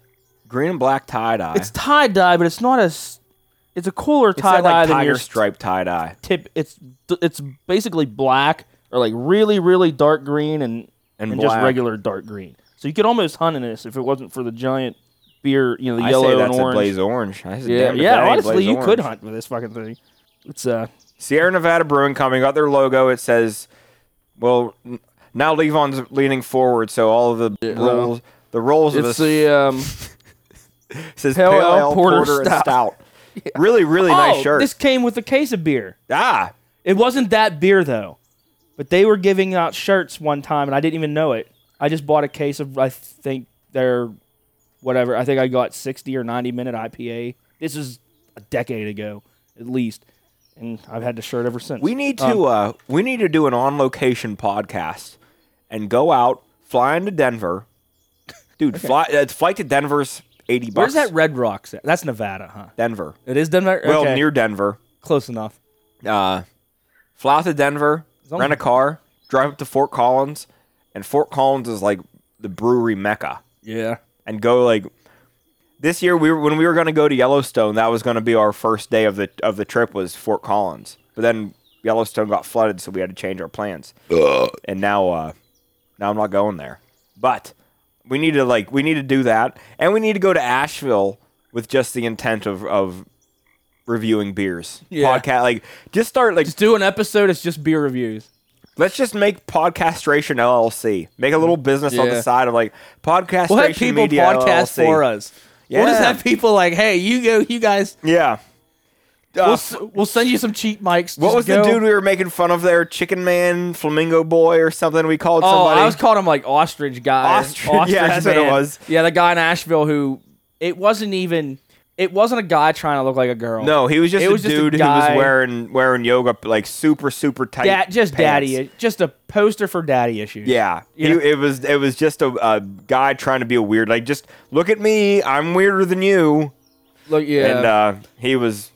[SPEAKER 5] Green and black tie dye.
[SPEAKER 1] it's tie dye, but it's not as it's a cooler
[SPEAKER 5] It's that,
[SPEAKER 1] tie dye
[SPEAKER 5] like
[SPEAKER 1] than
[SPEAKER 5] tiger
[SPEAKER 1] your
[SPEAKER 5] stripe tie dye.
[SPEAKER 1] tip. It's it's basically black or like really really dark green and
[SPEAKER 5] And
[SPEAKER 1] just
[SPEAKER 5] black.
[SPEAKER 1] regular dark green. So you could almost hunt in this if it wasn't for the giant beer, you know, the
[SPEAKER 5] I
[SPEAKER 1] yellow
[SPEAKER 5] say that's
[SPEAKER 1] and
[SPEAKER 5] a
[SPEAKER 1] orange.
[SPEAKER 5] blaze orange. I say,
[SPEAKER 1] Yeah,
[SPEAKER 5] damn if
[SPEAKER 1] yeah.
[SPEAKER 5] that ain't
[SPEAKER 1] Honestly,
[SPEAKER 5] blaze
[SPEAKER 1] you could
[SPEAKER 5] orange.
[SPEAKER 1] hunt with this fucking thing. It's uh,
[SPEAKER 5] Sierra Nevada Brewing Company got their logo. It says, "Well, n- now Levon's leaning forward, so all of the rolls, the rolls of
[SPEAKER 1] it's
[SPEAKER 5] the
[SPEAKER 1] the uh, um.
[SPEAKER 5] says pale ale, porter, and
[SPEAKER 1] stout."
[SPEAKER 5] stout." Really, really nice shirt.
[SPEAKER 1] Oh, this came with a case of beer.
[SPEAKER 5] ah,
[SPEAKER 1] It wasn't that beer though, but they were giving out shirts one time, and I didn't even know it. I just bought a case of I think their whatever. I think I got sixty or ninety minute IPA. This is a decade ago, at least, and I've had the shirt ever since.
[SPEAKER 5] we need
[SPEAKER 1] Um,
[SPEAKER 5] to uh, we need to do an on location podcast and go out, fly into Denver, dude. Fly uh, flight to Denver's eighty bucks.
[SPEAKER 1] Where's that Red Rocks at? That's Nevada, huh?
[SPEAKER 5] Denver.
[SPEAKER 1] It is Denver.
[SPEAKER 5] Well,
[SPEAKER 1] Okay,
[SPEAKER 5] near Denver.
[SPEAKER 1] close enough.
[SPEAKER 5] uh, fly out to Denver,
[SPEAKER 1] long
[SPEAKER 5] rent a car, drive up to Fort Collins, and Fort Collins is like the brewery mecca.
[SPEAKER 1] Yeah.
[SPEAKER 5] And go like this year we were, when we were going to go to Yellowstone, that was going to be our first day of the of the trip was Fort Collins. But then Yellowstone got flooded, so we had to change our plans. And now, uh, now I'm not going there. But we need to like we need to do that, and we need to go to Asheville with just the intent of of reviewing beers
[SPEAKER 1] Yeah.
[SPEAKER 5] podcast like just start like
[SPEAKER 1] Just do an episode. It's just beer reviews.
[SPEAKER 5] Let's just make Podcastration LLC. Make a little business on
[SPEAKER 1] Yeah.
[SPEAKER 5] the side of like Podcastration
[SPEAKER 1] We'll have people
[SPEAKER 5] Media
[SPEAKER 1] podcast
[SPEAKER 5] LLC.
[SPEAKER 1] for us. We'll just
[SPEAKER 5] Yeah.
[SPEAKER 1] have people like, hey, you go, you guys.
[SPEAKER 5] Yeah.
[SPEAKER 1] We'll,
[SPEAKER 5] Uh,
[SPEAKER 1] s- we'll send you some cheap mics.
[SPEAKER 5] what
[SPEAKER 1] Just
[SPEAKER 5] was
[SPEAKER 1] go-
[SPEAKER 5] the dude we were making fun of there? Chicken Man, Flamingo Boy, or something? We called
[SPEAKER 1] Oh,
[SPEAKER 5] somebody.
[SPEAKER 1] I was calling him like ostrich guy.
[SPEAKER 5] Ostrich- yeah, that's what it
[SPEAKER 1] man.
[SPEAKER 5] was.
[SPEAKER 1] Yeah, the guy in Asheville who it wasn't even it wasn't a guy trying to look like a girl.
[SPEAKER 5] no, he was just
[SPEAKER 1] It
[SPEAKER 5] a
[SPEAKER 1] was just a
[SPEAKER 5] dude who was
[SPEAKER 1] guy-
[SPEAKER 5] wearing wearing yoga like super super tight.
[SPEAKER 1] Da- just
[SPEAKER 5] pants.
[SPEAKER 1] daddy, just a poster for daddy issues.
[SPEAKER 5] Yeah, He-
[SPEAKER 1] Yeah.
[SPEAKER 5] it was it was just a, a guy trying to be a weird. Like, just look at me, I'm weirder than you.
[SPEAKER 1] look, yeah.
[SPEAKER 5] And uh, he was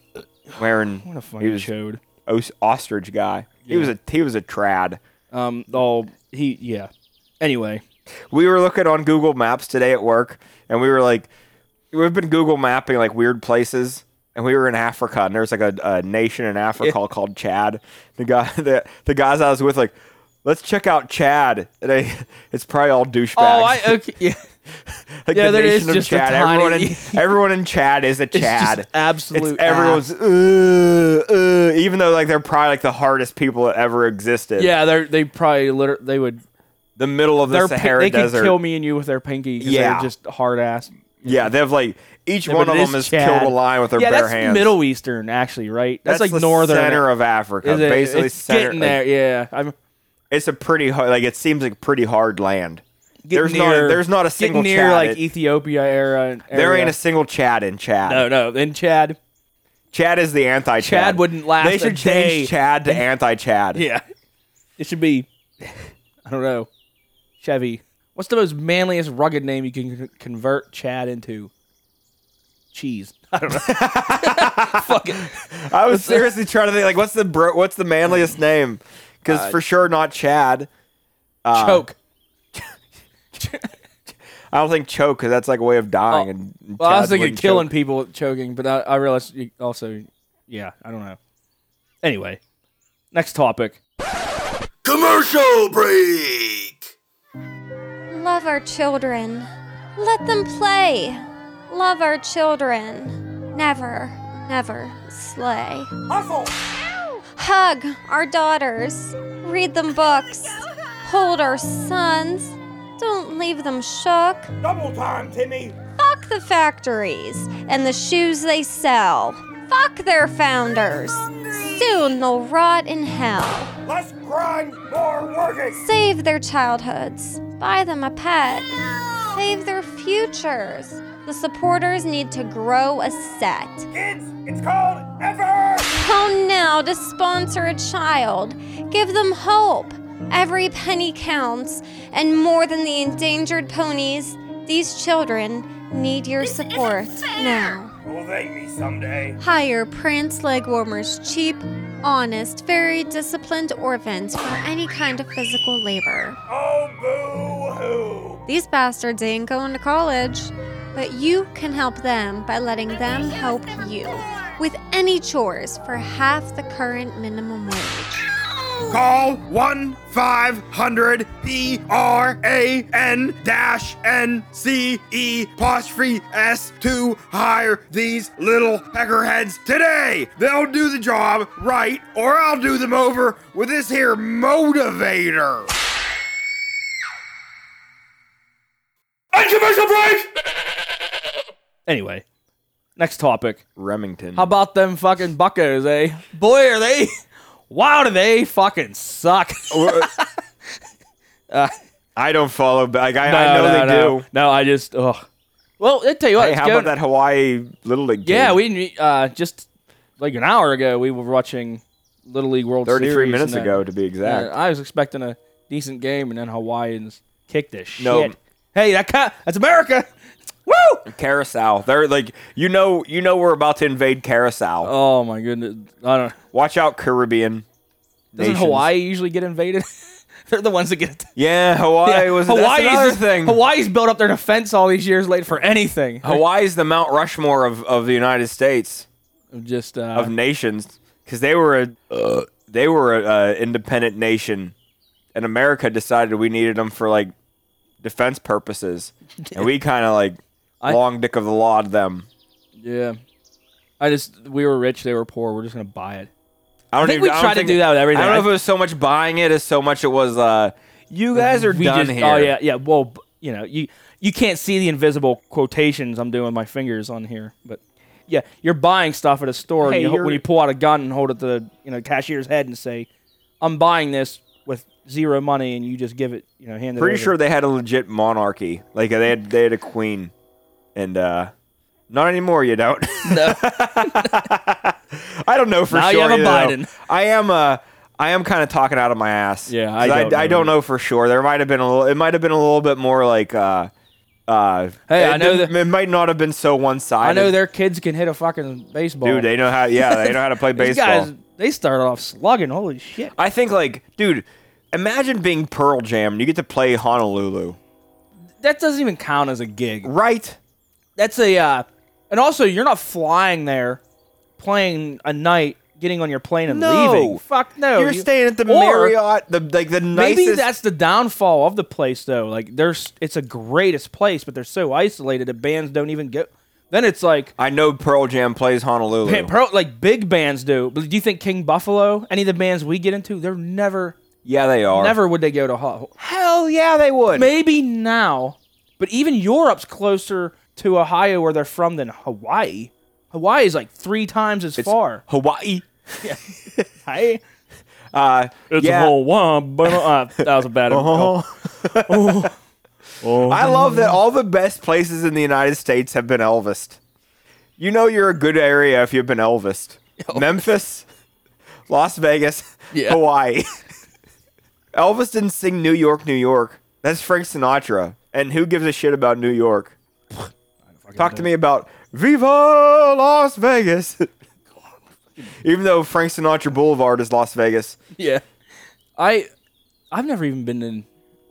[SPEAKER 5] wearing
[SPEAKER 1] what a
[SPEAKER 5] he
[SPEAKER 1] fucking
[SPEAKER 5] was
[SPEAKER 1] chode.
[SPEAKER 5] os- ostrich guy. He was a he was a trad.
[SPEAKER 1] Um, oh, he, yeah. Anyway,
[SPEAKER 5] We were looking on Google Maps today at work, and we were like, we've been Google mapping like weird places, and we were in Africa, and there's like a, a nation in Africa called Chad. The guy the the guys I was with like. Let's check out Chad. And I- it's probably all douchebags.
[SPEAKER 1] oh, I okay, yeah.
[SPEAKER 5] like
[SPEAKER 1] yeah,
[SPEAKER 5] the
[SPEAKER 1] there
[SPEAKER 5] nation
[SPEAKER 1] is
[SPEAKER 5] of
[SPEAKER 1] just a
[SPEAKER 5] Chad.
[SPEAKER 1] tiny-
[SPEAKER 5] everyone, in, everyone in Chad is a
[SPEAKER 1] just
[SPEAKER 5] Chad.
[SPEAKER 1] absolute
[SPEAKER 5] everyone's uh, uh, even though like they're probably like the hardest people that ever existed.
[SPEAKER 1] yeah. They they probably liter- they would
[SPEAKER 5] the middle of the
[SPEAKER 1] their pi-
[SPEAKER 5] Sahara
[SPEAKER 1] they
[SPEAKER 5] Desert.
[SPEAKER 1] could kill me and you with their pinky. 'cause
[SPEAKER 5] Yeah.
[SPEAKER 1] they're just hard ass.
[SPEAKER 5] Yeah, they have like Each
[SPEAKER 1] Yeah,
[SPEAKER 5] one
[SPEAKER 1] but
[SPEAKER 5] of
[SPEAKER 1] it
[SPEAKER 5] them has
[SPEAKER 1] is Chad.
[SPEAKER 5] killed a lion with their
[SPEAKER 1] yeah,
[SPEAKER 5] bare
[SPEAKER 1] that's
[SPEAKER 5] hands.
[SPEAKER 1] Middle Eastern, actually, right? That's, like
[SPEAKER 5] the
[SPEAKER 1] northern
[SPEAKER 5] center of Africa.
[SPEAKER 1] Is it-
[SPEAKER 5] basically,
[SPEAKER 1] it's
[SPEAKER 5] center,
[SPEAKER 1] getting
[SPEAKER 5] like,
[SPEAKER 1] there. yeah, I'm
[SPEAKER 5] it's a pretty hard. Like it seems like pretty hard land.
[SPEAKER 1] getting
[SPEAKER 5] There's
[SPEAKER 1] near,
[SPEAKER 5] not. There's not a single
[SPEAKER 1] getting near
[SPEAKER 5] Chad.
[SPEAKER 1] like
[SPEAKER 5] in-
[SPEAKER 1] Ethiopia era.
[SPEAKER 5] there
[SPEAKER 1] area.
[SPEAKER 5] ain't a single Chad in Chad.
[SPEAKER 1] no, no. Then Chad,
[SPEAKER 5] Chad is the anti-Chad.
[SPEAKER 1] Chad wouldn't last
[SPEAKER 5] They should
[SPEAKER 1] a day.
[SPEAKER 5] change Chad to anti-Chad.
[SPEAKER 1] yeah, it should be. I don't know, Chevy. What's the most manliest rugged name you can con- convert Chad into? Cheese. I don't know. Fuck it.
[SPEAKER 5] I was seriously trying to think like what's the bro- what's the
[SPEAKER 1] Uh,
[SPEAKER 5] manliest name? Because for sure not Chad. Uh,
[SPEAKER 1] Choke.
[SPEAKER 5] I don't think choke because that's like a way of dying.
[SPEAKER 1] Oh.
[SPEAKER 5] and and
[SPEAKER 1] Well, I was
[SPEAKER 5] Chad
[SPEAKER 1] thinking
[SPEAKER 5] wouldn't
[SPEAKER 1] killing
[SPEAKER 5] choke.
[SPEAKER 1] people with choking, but I, I realized you also, yeah, I don't know. Anyway, next topic.
[SPEAKER 6] Commercial break!
[SPEAKER 3] Love our children. Let them play. Love our children. Never, never slay. Hug our daughters. Read them books. Hold our sons. Don't leave them shook. Double time, Timmy! Fuck the factories and the shoes they sell. Fuck their founders. Soon they'll rot in hell. Save their childhoods. Buy them a pet. Save their futures. The supporters need to grow a set. Kids, it's called Ever! Come now to sponsor a child. Give them hope. Every penny counts, and more than the endangered ponies, these children need your support now.
[SPEAKER 7] Will thank me someday.
[SPEAKER 3] Hire Prance leg warmers, cheap, honest, very disciplined orphans for any kind of physical labor.
[SPEAKER 7] Oh, boo hoo!
[SPEAKER 3] These bastards ain't going to college, but you can help them by letting them help you with any chores for half the current minimum wage.
[SPEAKER 7] Call 1 500 B R A N dash N C E apostrophe S to hire these little peckerheads today. They'll do the job right, or I'll do them over with this here motivator. And commercial break!
[SPEAKER 1] Anyway, next topic.
[SPEAKER 5] Remington.
[SPEAKER 1] How about them fucking buckos, eh? Boy, are they. Wow, do they fucking suck.
[SPEAKER 5] Uh, I don't follow. but, Like I, I know they
[SPEAKER 1] no.
[SPEAKER 5] do.
[SPEAKER 1] No, I just. Ugh. Well, I tell you what.
[SPEAKER 5] Hey,
[SPEAKER 1] it's
[SPEAKER 5] how
[SPEAKER 1] going-
[SPEAKER 5] about that Hawaii Little League?
[SPEAKER 1] Yeah,
[SPEAKER 5] game?
[SPEAKER 1] we didn't, uh, just like an hour ago we were watching Little League World
[SPEAKER 5] thirty-three
[SPEAKER 1] Series.
[SPEAKER 5] minutes
[SPEAKER 1] and then-
[SPEAKER 5] ago to be exact.
[SPEAKER 1] Yeah, I was expecting a decent game, and then Hawaiians kicked the shit.
[SPEAKER 5] No.
[SPEAKER 1] Hey, that ca- that's America. Woo!
[SPEAKER 5] Carousel. They're like you know you know we're about to invade Carousel.
[SPEAKER 1] Oh my goodness! I don't.
[SPEAKER 5] Watch out Caribbean.
[SPEAKER 1] Doesn't
[SPEAKER 5] nations.
[SPEAKER 1] Hawaii usually get invaded? They're the ones that get.
[SPEAKER 5] Yeah, Hawaii
[SPEAKER 1] Yeah,
[SPEAKER 5] was that's
[SPEAKER 1] Hawaii's
[SPEAKER 5] another thing.
[SPEAKER 1] Hawaii's built up their defense all these years late for anything.
[SPEAKER 5] Hawaii's the Mount Rushmore of, of the United States
[SPEAKER 1] Just uh,
[SPEAKER 5] of nations because they were a they were a, uh independent nation, and America decided we needed them for like defense purposes, and we kind of like
[SPEAKER 1] I-
[SPEAKER 5] long dick of the law to them.
[SPEAKER 1] yeah. I just we were rich, they were poor. We're just gonna buy it.
[SPEAKER 5] I don't
[SPEAKER 1] think
[SPEAKER 5] even-
[SPEAKER 1] we
[SPEAKER 5] I don't
[SPEAKER 1] tried to
[SPEAKER 5] think-
[SPEAKER 1] do that with everything.
[SPEAKER 5] I don't know
[SPEAKER 1] I-
[SPEAKER 5] if it was so much buying it as so much it was uh, you guys are
[SPEAKER 1] we
[SPEAKER 5] done
[SPEAKER 1] just,
[SPEAKER 5] here.
[SPEAKER 1] Oh yeah, yeah. Well, b- you know, you you can't see the invisible quotations I'm doing with my fingers on here, but yeah, you're buying stuff at a store
[SPEAKER 5] Hey,
[SPEAKER 1] and you, ho-
[SPEAKER 5] you're-
[SPEAKER 1] when you pull out a gun and hold it to the you know cashier's head and say, "I'm buying this with zero money," and you just give it, you know, hand it.
[SPEAKER 5] Pretty
[SPEAKER 1] over.
[SPEAKER 5] sure they had a legit monarchy. Like they had they had a queen, and uh, not anymore. You don't. I don't know for
[SPEAKER 1] Now you
[SPEAKER 5] sure.
[SPEAKER 1] have a
[SPEAKER 5] you know.
[SPEAKER 1] Biden.
[SPEAKER 5] I am uh, I am kind of talking out of my ass.
[SPEAKER 1] Yeah,
[SPEAKER 5] 'Cause
[SPEAKER 1] I
[SPEAKER 5] I,
[SPEAKER 1] don't
[SPEAKER 5] I
[SPEAKER 1] know.
[SPEAKER 5] don't know for sure. There might have been a little. It might have been a little bit more like. Uh, uh,
[SPEAKER 1] Hey,
[SPEAKER 5] it,
[SPEAKER 1] I know
[SPEAKER 5] didn't-
[SPEAKER 1] that-
[SPEAKER 5] it might not have been so one sided.
[SPEAKER 1] I know their kids can hit a fucking baseball.
[SPEAKER 5] dude. They know how. Yeah, they know how to play
[SPEAKER 1] These
[SPEAKER 5] baseball.
[SPEAKER 1] guys, they start off slugging. Holy shit!
[SPEAKER 5] I think like, dude, imagine being Pearl Jam and you get to play Honolulu,
[SPEAKER 1] That doesn't even count as a gig.
[SPEAKER 5] right?
[SPEAKER 1] that's a uh, and also you're not flying there playing a night getting on your plane and
[SPEAKER 5] No.
[SPEAKER 1] leaving fuck no
[SPEAKER 5] You're
[SPEAKER 1] You-
[SPEAKER 5] staying at the
[SPEAKER 1] or
[SPEAKER 5] Marriott, the like the nicest.
[SPEAKER 1] maybe that's the downfall of the place though like there's it's a greatest place but they're so isolated that bands don't even go then it's like
[SPEAKER 5] I know Pearl Jam plays Honolulu.
[SPEAKER 1] hey, pro, like big bands do but do you think king buffalo any of the bands we get into they're never
[SPEAKER 5] yeah, they are.
[SPEAKER 1] never would they go to Ho-
[SPEAKER 5] Hell yeah, they would.
[SPEAKER 1] maybe now, but even Europe's closer to Ohio where they're from than Hawaii. Hawaii is like three times as far.
[SPEAKER 5] Hawaii.
[SPEAKER 1] Hey,
[SPEAKER 5] Uh,
[SPEAKER 1] it's
[SPEAKER 5] yeah. Uh-huh.
[SPEAKER 1] a whole one. But uh, that was a bad.
[SPEAKER 5] I love that all the best places in the United States have been Elvised. You know you're a good area if you've been Elvised. Memphis, Las Vegas,
[SPEAKER 1] Yeah.
[SPEAKER 5] Hawaii. Elvis didn't sing New York, New York. That's Frank Sinatra. And who gives a shit about New York? Talk to me about Viva Las Vegas. Even though Frank Sinatra Boulevard is Las Vegas.
[SPEAKER 1] Yeah, I I've never even been in.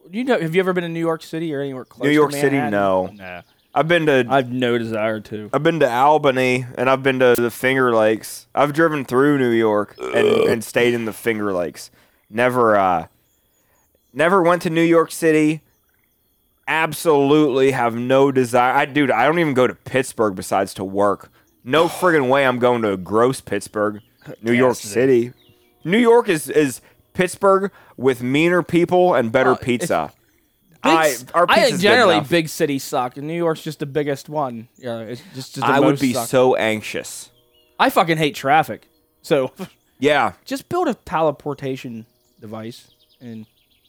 [SPEAKER 1] You know, have you ever been in New York City or anywhere close?
[SPEAKER 5] New
[SPEAKER 1] to
[SPEAKER 5] York City,
[SPEAKER 1] Manhattan?
[SPEAKER 5] no. Uh,
[SPEAKER 1] Nah.
[SPEAKER 5] I've been to
[SPEAKER 1] I've no desire to.
[SPEAKER 5] I've been to Albany and I've been to the Finger Lakes. I've driven through New York and, and stayed in the Finger Lakes. Never uh never went to New York City. Absolutely have no desire. I dude, I don't even go to Pittsburgh besides to work. No friggin' way I'm going to gross Pittsburgh. New York City. New York is is Pittsburgh with meaner people and
[SPEAKER 1] Uh,
[SPEAKER 5] better pizza.
[SPEAKER 1] Big
[SPEAKER 5] I,
[SPEAKER 1] c-
[SPEAKER 5] our
[SPEAKER 1] I
[SPEAKER 5] pizza's
[SPEAKER 1] think
[SPEAKER 5] good
[SPEAKER 1] generally
[SPEAKER 5] enough.
[SPEAKER 1] big cities suck, and New York's just the biggest one. Yeah, it's just, just the
[SPEAKER 5] I would
[SPEAKER 1] most
[SPEAKER 5] be
[SPEAKER 1] suck.
[SPEAKER 5] so anxious.
[SPEAKER 1] I fucking hate traffic. So
[SPEAKER 5] Yeah.
[SPEAKER 1] just build a teleportation device and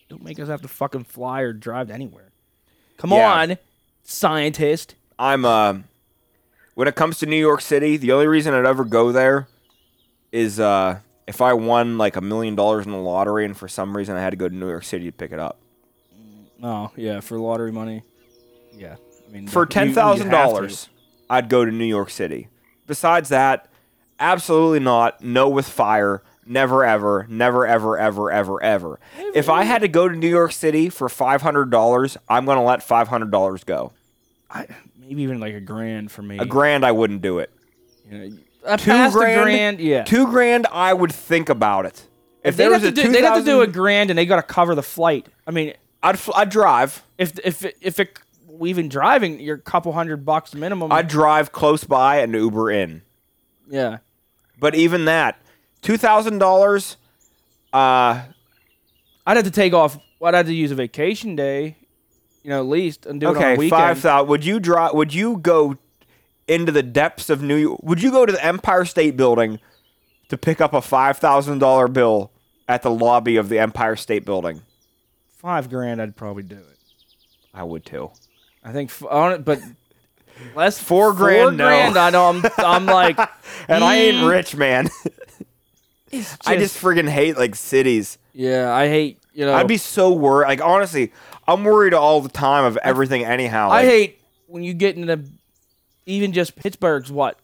[SPEAKER 1] don't make us have to fucking fly or drive to anywhere. Come
[SPEAKER 5] Yeah.
[SPEAKER 1] on, scientist.
[SPEAKER 5] I'm uh, when it comes to New York City, the only reason I'd ever go there is uh, if I won like a million dollars in the lottery, and for some reason I had to go to New York City to pick it up.
[SPEAKER 1] Oh yeah, for lottery money. Yeah, I mean
[SPEAKER 5] For
[SPEAKER 1] you- you
[SPEAKER 5] ten
[SPEAKER 1] have to.
[SPEAKER 5] thousand dollars, I'd go to New York City. Besides that, absolutely not. No, with fire. Never, ever, never, ever, ever, ever, ever. If I had to go to New York City for five hundred dollars, I'm gonna let five hundred dollars go.
[SPEAKER 1] I, maybe even like a grand for me.
[SPEAKER 5] A grand, I wouldn't do it.
[SPEAKER 1] You know, a past a grand, yeah.
[SPEAKER 5] Two grand, I would think about it. If,
[SPEAKER 1] they'd
[SPEAKER 5] there
[SPEAKER 1] have
[SPEAKER 5] was
[SPEAKER 1] to do,
[SPEAKER 5] a two
[SPEAKER 1] they'd have to do a
[SPEAKER 5] thousand,
[SPEAKER 1] grand, and they got to cover the flight. I mean,
[SPEAKER 5] I'd fl- I'd drive.
[SPEAKER 1] if if if it, even driving, you're a couple hundred bucks minimum.
[SPEAKER 5] I'd drive close by and Uber in.
[SPEAKER 1] yeah,
[SPEAKER 5] But even that, two thousand dollars. Uh,
[SPEAKER 1] I'd have to take off. I'd have to use a vacation day, you know, at least, and do it on a
[SPEAKER 5] okay,
[SPEAKER 1] weekend.
[SPEAKER 5] five thousand. Would you drive? Would you go into the depths of New York? Would you go to the Empire State Building to pick up a five thousand dollar bill at the lobby of the Empire State Building?
[SPEAKER 1] five grand, I'd probably do it.
[SPEAKER 5] I would too.
[SPEAKER 1] I think f- on it, but less
[SPEAKER 5] Four grand, no.
[SPEAKER 1] grand, I know. I'm I'm like,
[SPEAKER 5] And I ain't rich, man. I
[SPEAKER 1] just-
[SPEAKER 5] Mm. just friggin' hate like cities.
[SPEAKER 1] yeah, I hate you know.
[SPEAKER 5] I'd be so worried. Like honestly, I'm worried all the time of everything. Anyhow,
[SPEAKER 1] I
[SPEAKER 5] Like,
[SPEAKER 1] hate when you get into even just Pittsburgh's what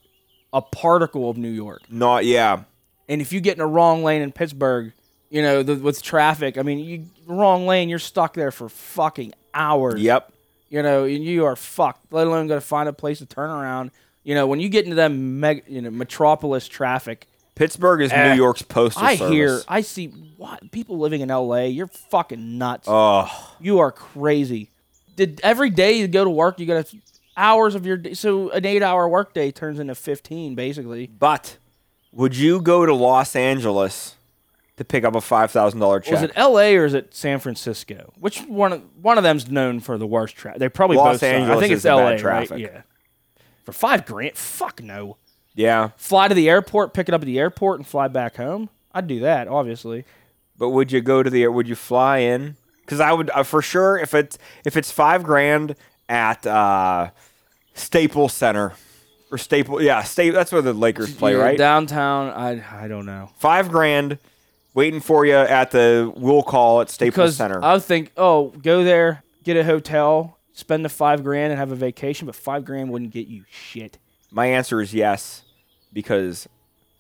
[SPEAKER 1] a particle of New York.
[SPEAKER 5] not. Yeah,
[SPEAKER 1] And if you get in a wrong lane in Pittsburgh, you know, the, with traffic, I mean, you wrong lane, you're stuck there for fucking hours.
[SPEAKER 5] yep.
[SPEAKER 1] You know, and you are fucked. Let alone gotta find a place to turn around. You know, when you get into them meg, you know, metropolis traffic,
[SPEAKER 5] Pittsburgh is
[SPEAKER 1] Eh.
[SPEAKER 5] New York's postal
[SPEAKER 1] I
[SPEAKER 5] service.
[SPEAKER 1] hear, I see, what people living in L.A. You're fucking nuts.
[SPEAKER 5] Oh,
[SPEAKER 1] you are crazy. Did every day you go to work, you got hours of your day. So an eight-hour workday turns into fifteen, basically.
[SPEAKER 5] but would you go to Los Angeles to pick up a five thousand dollar
[SPEAKER 1] Is
[SPEAKER 5] check?
[SPEAKER 1] it L.A. or is it San Francisco? Which one? Of, one of them's known for the worst traffic. They probably
[SPEAKER 5] Los
[SPEAKER 1] both. suck. I
[SPEAKER 5] Angeles
[SPEAKER 1] think
[SPEAKER 5] is
[SPEAKER 1] it's
[SPEAKER 5] the bad
[SPEAKER 1] L.A. right?
[SPEAKER 5] traffic.
[SPEAKER 1] Yeah. For five grand, fuck no.
[SPEAKER 5] yeah,
[SPEAKER 1] Fly to the airport, pick it up at the airport, and fly back home. I'd do that, obviously.
[SPEAKER 5] but would you go to the? Would you fly in? Because I would uh, for sure if it's if it's five grand at uh, Staples Center or Staple. Yeah, Staple. That's where the Lakers play,
[SPEAKER 1] Yeah,
[SPEAKER 5] right?
[SPEAKER 1] downtown. I I don't know
[SPEAKER 5] five grand waiting for you at the will call at Staples
[SPEAKER 1] because
[SPEAKER 5] Center.
[SPEAKER 1] I would think, oh, go there, get a hotel, spend the five grand, and have a vacation. But five grand wouldn't get you shit.
[SPEAKER 5] My answer is yes, because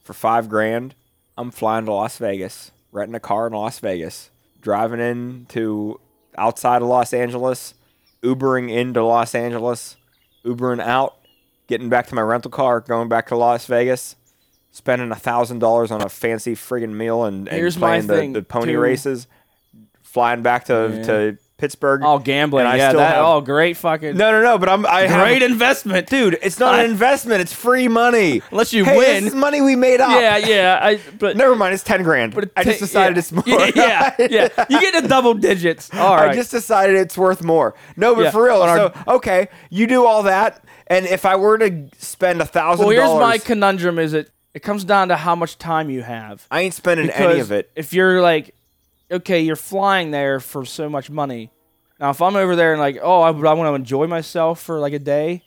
[SPEAKER 5] for five grand, I'm flying to Las Vegas, renting a car in Las Vegas, driving into outside of Los Angeles, Ubering into Los Angeles, Ubering out, getting back to my rental car, going back to Las Vegas. Spending a thousand dollars on a fancy friggin' meal and, and
[SPEAKER 1] Here's my
[SPEAKER 5] playing the,
[SPEAKER 1] thing,
[SPEAKER 5] the pony
[SPEAKER 1] too.
[SPEAKER 5] races, flying back to, to Pittsburgh.
[SPEAKER 1] All gambling,
[SPEAKER 5] and I
[SPEAKER 1] yeah.
[SPEAKER 5] still
[SPEAKER 1] that
[SPEAKER 5] have-
[SPEAKER 1] all great fucking
[SPEAKER 5] No, no, no. But I'm I have-
[SPEAKER 1] great investment, dude.
[SPEAKER 5] It's not an investment. It's free money.
[SPEAKER 1] Unless you
[SPEAKER 5] Hey,
[SPEAKER 1] win.
[SPEAKER 5] This is money we made up.
[SPEAKER 1] Yeah, yeah. I but
[SPEAKER 5] Never mind. It's ten grand.
[SPEAKER 1] But it
[SPEAKER 5] I just
[SPEAKER 1] ta-
[SPEAKER 5] decided
[SPEAKER 1] yeah.
[SPEAKER 5] it's more.
[SPEAKER 1] Yeah, yeah, yeah. You get to double digits. All right.
[SPEAKER 5] I just decided it's worth more. No, but
[SPEAKER 1] Yeah,
[SPEAKER 5] for real.
[SPEAKER 1] on
[SPEAKER 5] so okay, you do all that, And if I were to spend a thousand
[SPEAKER 1] Well, here's my
[SPEAKER 5] dollars,
[SPEAKER 1] conundrum: is it it comes down to how much time you have.
[SPEAKER 5] I ain't spending
[SPEAKER 1] Because
[SPEAKER 5] any of it.
[SPEAKER 1] If you're like, okay, you're flying there for so much money. Now, if I'm over there and like, oh, I, want to enjoy myself for like a day,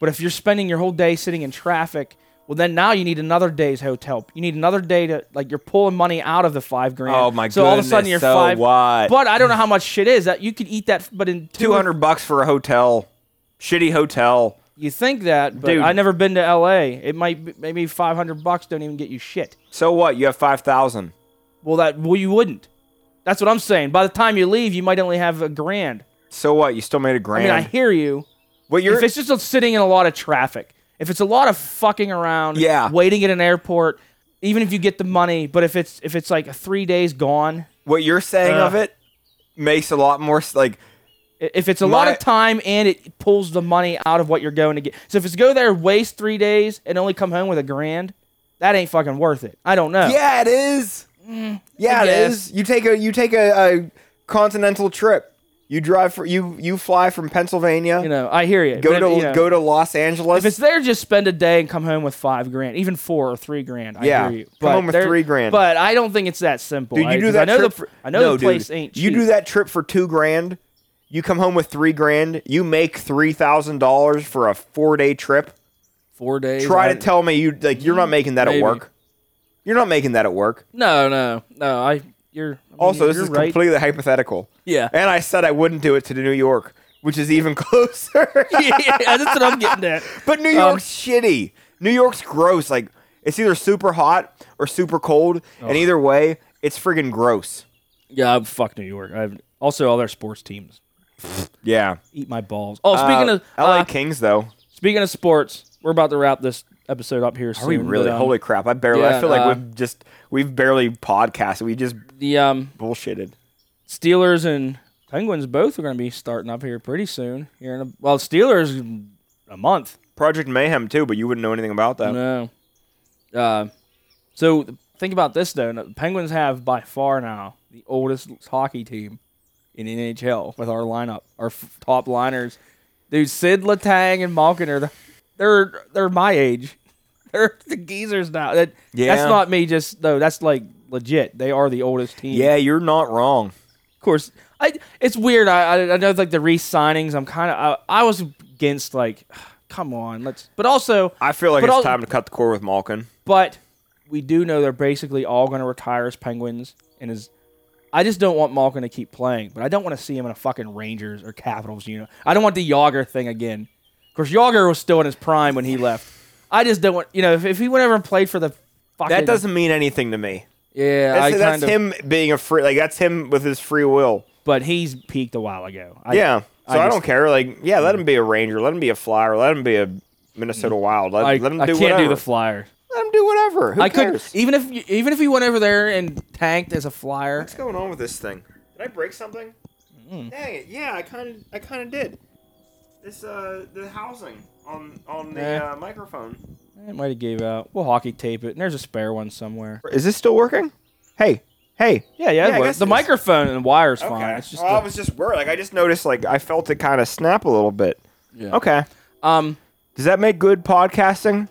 [SPEAKER 1] but if you're spending your whole day sitting in traffic, well, then now you need another day's hotel. You need another day to like you're pulling money out of the five grand.
[SPEAKER 5] Oh, my
[SPEAKER 1] So all of a sudden
[SPEAKER 5] goodness,
[SPEAKER 1] you're
[SPEAKER 5] so
[SPEAKER 1] five.
[SPEAKER 5] what?
[SPEAKER 1] But I don't know how much shit is that you could eat that, but in two
[SPEAKER 5] Two hundred bucks for a hotel, shitty hotel.
[SPEAKER 1] You think that, but
[SPEAKER 5] Dude.
[SPEAKER 1] I've never been to L.A. It might be, maybe five hundred bucks don't even get you shit.
[SPEAKER 5] So what? You have five thousand.
[SPEAKER 1] Well, that well you wouldn't. That's what I'm saying. By the time you leave, you might only have a grand.
[SPEAKER 5] So what? You still made a
[SPEAKER 1] I
[SPEAKER 5] grand.
[SPEAKER 1] mean, I hear you.
[SPEAKER 5] what you're
[SPEAKER 1] If it's just a- sitting in a lot of traffic, if it's a lot of fucking around,
[SPEAKER 5] Yeah.
[SPEAKER 1] waiting at an airport, even if you get the money, but if it's if it's like three days gone,
[SPEAKER 5] what you're saying
[SPEAKER 1] Uh.
[SPEAKER 5] of it makes a lot more s- like
[SPEAKER 1] i- if it's a lot
[SPEAKER 5] My-
[SPEAKER 1] of time and it pulls the money out of what you're going to get. So if it's go there, waste three days, and only come home with a grand, that ain't fucking worth it. I don't know.
[SPEAKER 5] yeah, it is. Yeah,
[SPEAKER 1] Mm, I
[SPEAKER 5] it
[SPEAKER 1] guess.
[SPEAKER 5] is. You take a you take a, a continental trip. You drive for you you fly from Pennsylvania.
[SPEAKER 1] You know, I hear you.
[SPEAKER 5] go
[SPEAKER 1] But if-
[SPEAKER 5] to
[SPEAKER 1] you know,
[SPEAKER 5] go to Los Angeles.
[SPEAKER 1] If it's there, just spend a day and come home with five grand, even four or three grand. I
[SPEAKER 5] Yeah.
[SPEAKER 1] hear you.
[SPEAKER 5] Come home with
[SPEAKER 1] there-
[SPEAKER 5] three grand.
[SPEAKER 1] But I don't think it's that simple.
[SPEAKER 5] Dude,
[SPEAKER 1] I,
[SPEAKER 5] you do
[SPEAKER 1] 'cause
[SPEAKER 5] that
[SPEAKER 1] I know
[SPEAKER 5] trip.
[SPEAKER 1] the
[SPEAKER 5] for,
[SPEAKER 1] I know
[SPEAKER 5] no,
[SPEAKER 1] the place
[SPEAKER 5] dude.
[SPEAKER 1] ain't cheap.
[SPEAKER 5] You do that trip for two grand. You come home with three grand. You make three thousand dollars for a four day trip.
[SPEAKER 1] four days.
[SPEAKER 5] Try
[SPEAKER 1] I-
[SPEAKER 5] to tell me you like you're not making that
[SPEAKER 1] Mm, Maybe.
[SPEAKER 5] at work. You're not making that at work.
[SPEAKER 1] No, no, no. I you're I mean,
[SPEAKER 5] Also, this
[SPEAKER 1] you're
[SPEAKER 5] is
[SPEAKER 1] right.
[SPEAKER 5] completely hypothetical.
[SPEAKER 1] Yeah.
[SPEAKER 5] And I said I wouldn't do it to New York, which is even closer.
[SPEAKER 1] yeah, that's what I'm getting at.
[SPEAKER 5] But New
[SPEAKER 1] Um,
[SPEAKER 5] York's shitty. New York's gross. Like it's either super hot or super cold, and either way, it's friggin' gross.
[SPEAKER 1] Yeah, I'm fuck New York. I've also all their sports teams
[SPEAKER 5] Yeah.
[SPEAKER 1] eat my balls. Oh, speaking
[SPEAKER 5] Uh,
[SPEAKER 1] of
[SPEAKER 5] LA
[SPEAKER 1] uh,
[SPEAKER 5] Kings though.
[SPEAKER 1] speaking of sports, we're about to wrap this episode up here soon.
[SPEAKER 5] Are we really?
[SPEAKER 1] but, um,
[SPEAKER 5] Holy crap! I barely. I
[SPEAKER 1] yeah,
[SPEAKER 5] feel like
[SPEAKER 1] uh,
[SPEAKER 5] we've just we've barely podcasted. We just
[SPEAKER 1] the um
[SPEAKER 5] bullshitted.
[SPEAKER 1] Steelers and Penguins both are going to be starting up here pretty soon. Here in a, well, Steelers in a month.
[SPEAKER 5] Project Mayhem too, but you wouldn't know anything about that.
[SPEAKER 1] No. Uh, so think about this though. The Penguins have by far now the oldest hockey team in NHL with our lineup, our f- top liners. Dude, Sid Latang and Malkin are the, they're they're my age. They're the geezers now. That,
[SPEAKER 5] Yeah.
[SPEAKER 1] That's not me just though. That's like legit. They are the oldest team.
[SPEAKER 5] Yeah, you're not wrong.
[SPEAKER 1] Of course, I. It's weird. I I, I know like the re-signings. I'm kind of I, I was against like, come on, let's. But also,
[SPEAKER 5] I feel like
[SPEAKER 1] But
[SPEAKER 5] it's
[SPEAKER 1] I'll-
[SPEAKER 5] time to cut the cord with Malkin.
[SPEAKER 1] but we do know they're basically all going to retire as Penguins and as. I just don't want Malkin to keep playing, but I don't want to see him in a fucking Rangers or Capitals You know, I don't want the Yager thing again. Of course, Yager was still in his prime when he left. I just don't want you know if, if he went over and played for the fucking
[SPEAKER 5] That doesn't mean anything to me.
[SPEAKER 1] yeah I
[SPEAKER 5] That's, that's
[SPEAKER 1] kind of
[SPEAKER 5] him being a free. Like that's him with his free will.
[SPEAKER 1] but he's peaked a while ago I,
[SPEAKER 5] Yeah. So I,
[SPEAKER 1] just-
[SPEAKER 5] don't care. Like yeah, let him be a Ranger. Let him be a Flyer. Let him be a Minnesota Wild.
[SPEAKER 1] Mm.
[SPEAKER 5] Let,
[SPEAKER 1] I,
[SPEAKER 5] let him do
[SPEAKER 1] I can't
[SPEAKER 5] whatever.
[SPEAKER 1] do the Flyers
[SPEAKER 5] let him do whatever. Who
[SPEAKER 1] I
[SPEAKER 5] cares?
[SPEAKER 1] could e even if you- even if he went over there and tanked as a flyer.
[SPEAKER 5] What's going on with this thing? Did I break something?
[SPEAKER 1] Mm.
[SPEAKER 5] Dang it! Yeah, I kind of, I kind of did. This, uh, the housing on on the
[SPEAKER 1] Eh.
[SPEAKER 5] uh, microphone.
[SPEAKER 1] It eh, might have gave out. We'll hockey tape it, and there's a spare one somewhere.
[SPEAKER 5] Is this still working? Hey, hey.
[SPEAKER 1] Yeah, yeah.
[SPEAKER 5] Yeah, I
[SPEAKER 1] it
[SPEAKER 5] guess
[SPEAKER 1] works. the
[SPEAKER 5] it is.
[SPEAKER 1] microphone and wire's fine.
[SPEAKER 5] Okay.
[SPEAKER 1] It's just
[SPEAKER 5] well, I
[SPEAKER 1] the-
[SPEAKER 5] was just worried. Like I just noticed. Like I felt it kind of snap a little bit.
[SPEAKER 1] Yeah.
[SPEAKER 5] Okay.
[SPEAKER 1] um.
[SPEAKER 5] Does that make good podcasting?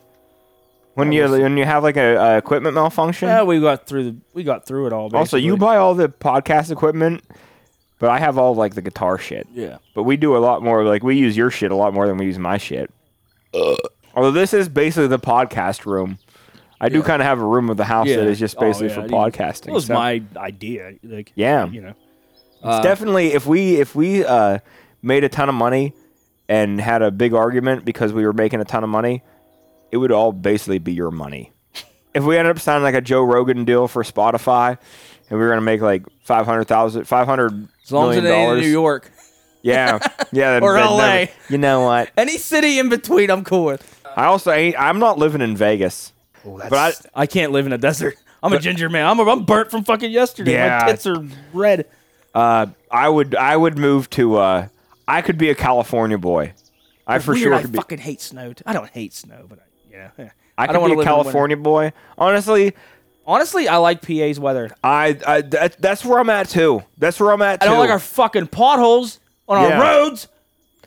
[SPEAKER 5] When you when you have like a, a equipment malfunction.
[SPEAKER 1] Yeah, we got through the we got through it all. Basically.
[SPEAKER 5] also, you buy all the podcast equipment, but I have all like the guitar shit.
[SPEAKER 1] yeah.
[SPEAKER 5] But we do a lot more. Like we use your shit a lot more than we use my shit. Although this is basically the podcast room. I do kind of have a room of the house
[SPEAKER 1] Yeah.
[SPEAKER 5] that is just
[SPEAKER 1] Oh,
[SPEAKER 5] basically
[SPEAKER 1] yeah,
[SPEAKER 5] for
[SPEAKER 1] I mean,
[SPEAKER 5] podcasting.
[SPEAKER 1] That was
[SPEAKER 5] so
[SPEAKER 1] my idea. Like
[SPEAKER 5] Yeah.
[SPEAKER 1] you know.
[SPEAKER 5] it's
[SPEAKER 1] Uh,
[SPEAKER 5] definitely if we if we uh, made a ton of money and had a big argument because we were making a ton of money, it would all basically be your money. if we ended up signing like a Joe Rogan deal for Spotify, and we were gonna make like five hundred thousand, five hundred
[SPEAKER 1] As long as it ain't in New York,
[SPEAKER 5] yeah, yeah, that'd-
[SPEAKER 1] Or
[SPEAKER 5] that'd
[SPEAKER 1] LA.
[SPEAKER 5] never- you know what?
[SPEAKER 1] any city in between, I'm cool with.
[SPEAKER 5] I also ain't, I'm not living in Vegas.
[SPEAKER 1] Oh,
[SPEAKER 5] but I,
[SPEAKER 1] I can't live in a desert. I'm a ginger man. I'm, I'm burnt from fucking yesterday.
[SPEAKER 5] Yeah.
[SPEAKER 1] My tits are red.
[SPEAKER 5] uh, I would I would move to uh, I could be a California boy. I for
[SPEAKER 1] Weird,
[SPEAKER 5] sure
[SPEAKER 1] I
[SPEAKER 5] could be.
[SPEAKER 1] fucking hate snow. too. I don't hate snow, but I, yeah.
[SPEAKER 5] I could
[SPEAKER 1] don't wanna
[SPEAKER 5] be
[SPEAKER 1] live in
[SPEAKER 5] a
[SPEAKER 1] winter.
[SPEAKER 5] California boy. Honestly,
[SPEAKER 1] Honestly, I like PA's weather.
[SPEAKER 5] I, I that, that's where I'm at too. That's where I'm at too.
[SPEAKER 1] I don't like our fucking potholes on
[SPEAKER 5] Yeah.
[SPEAKER 1] our roads.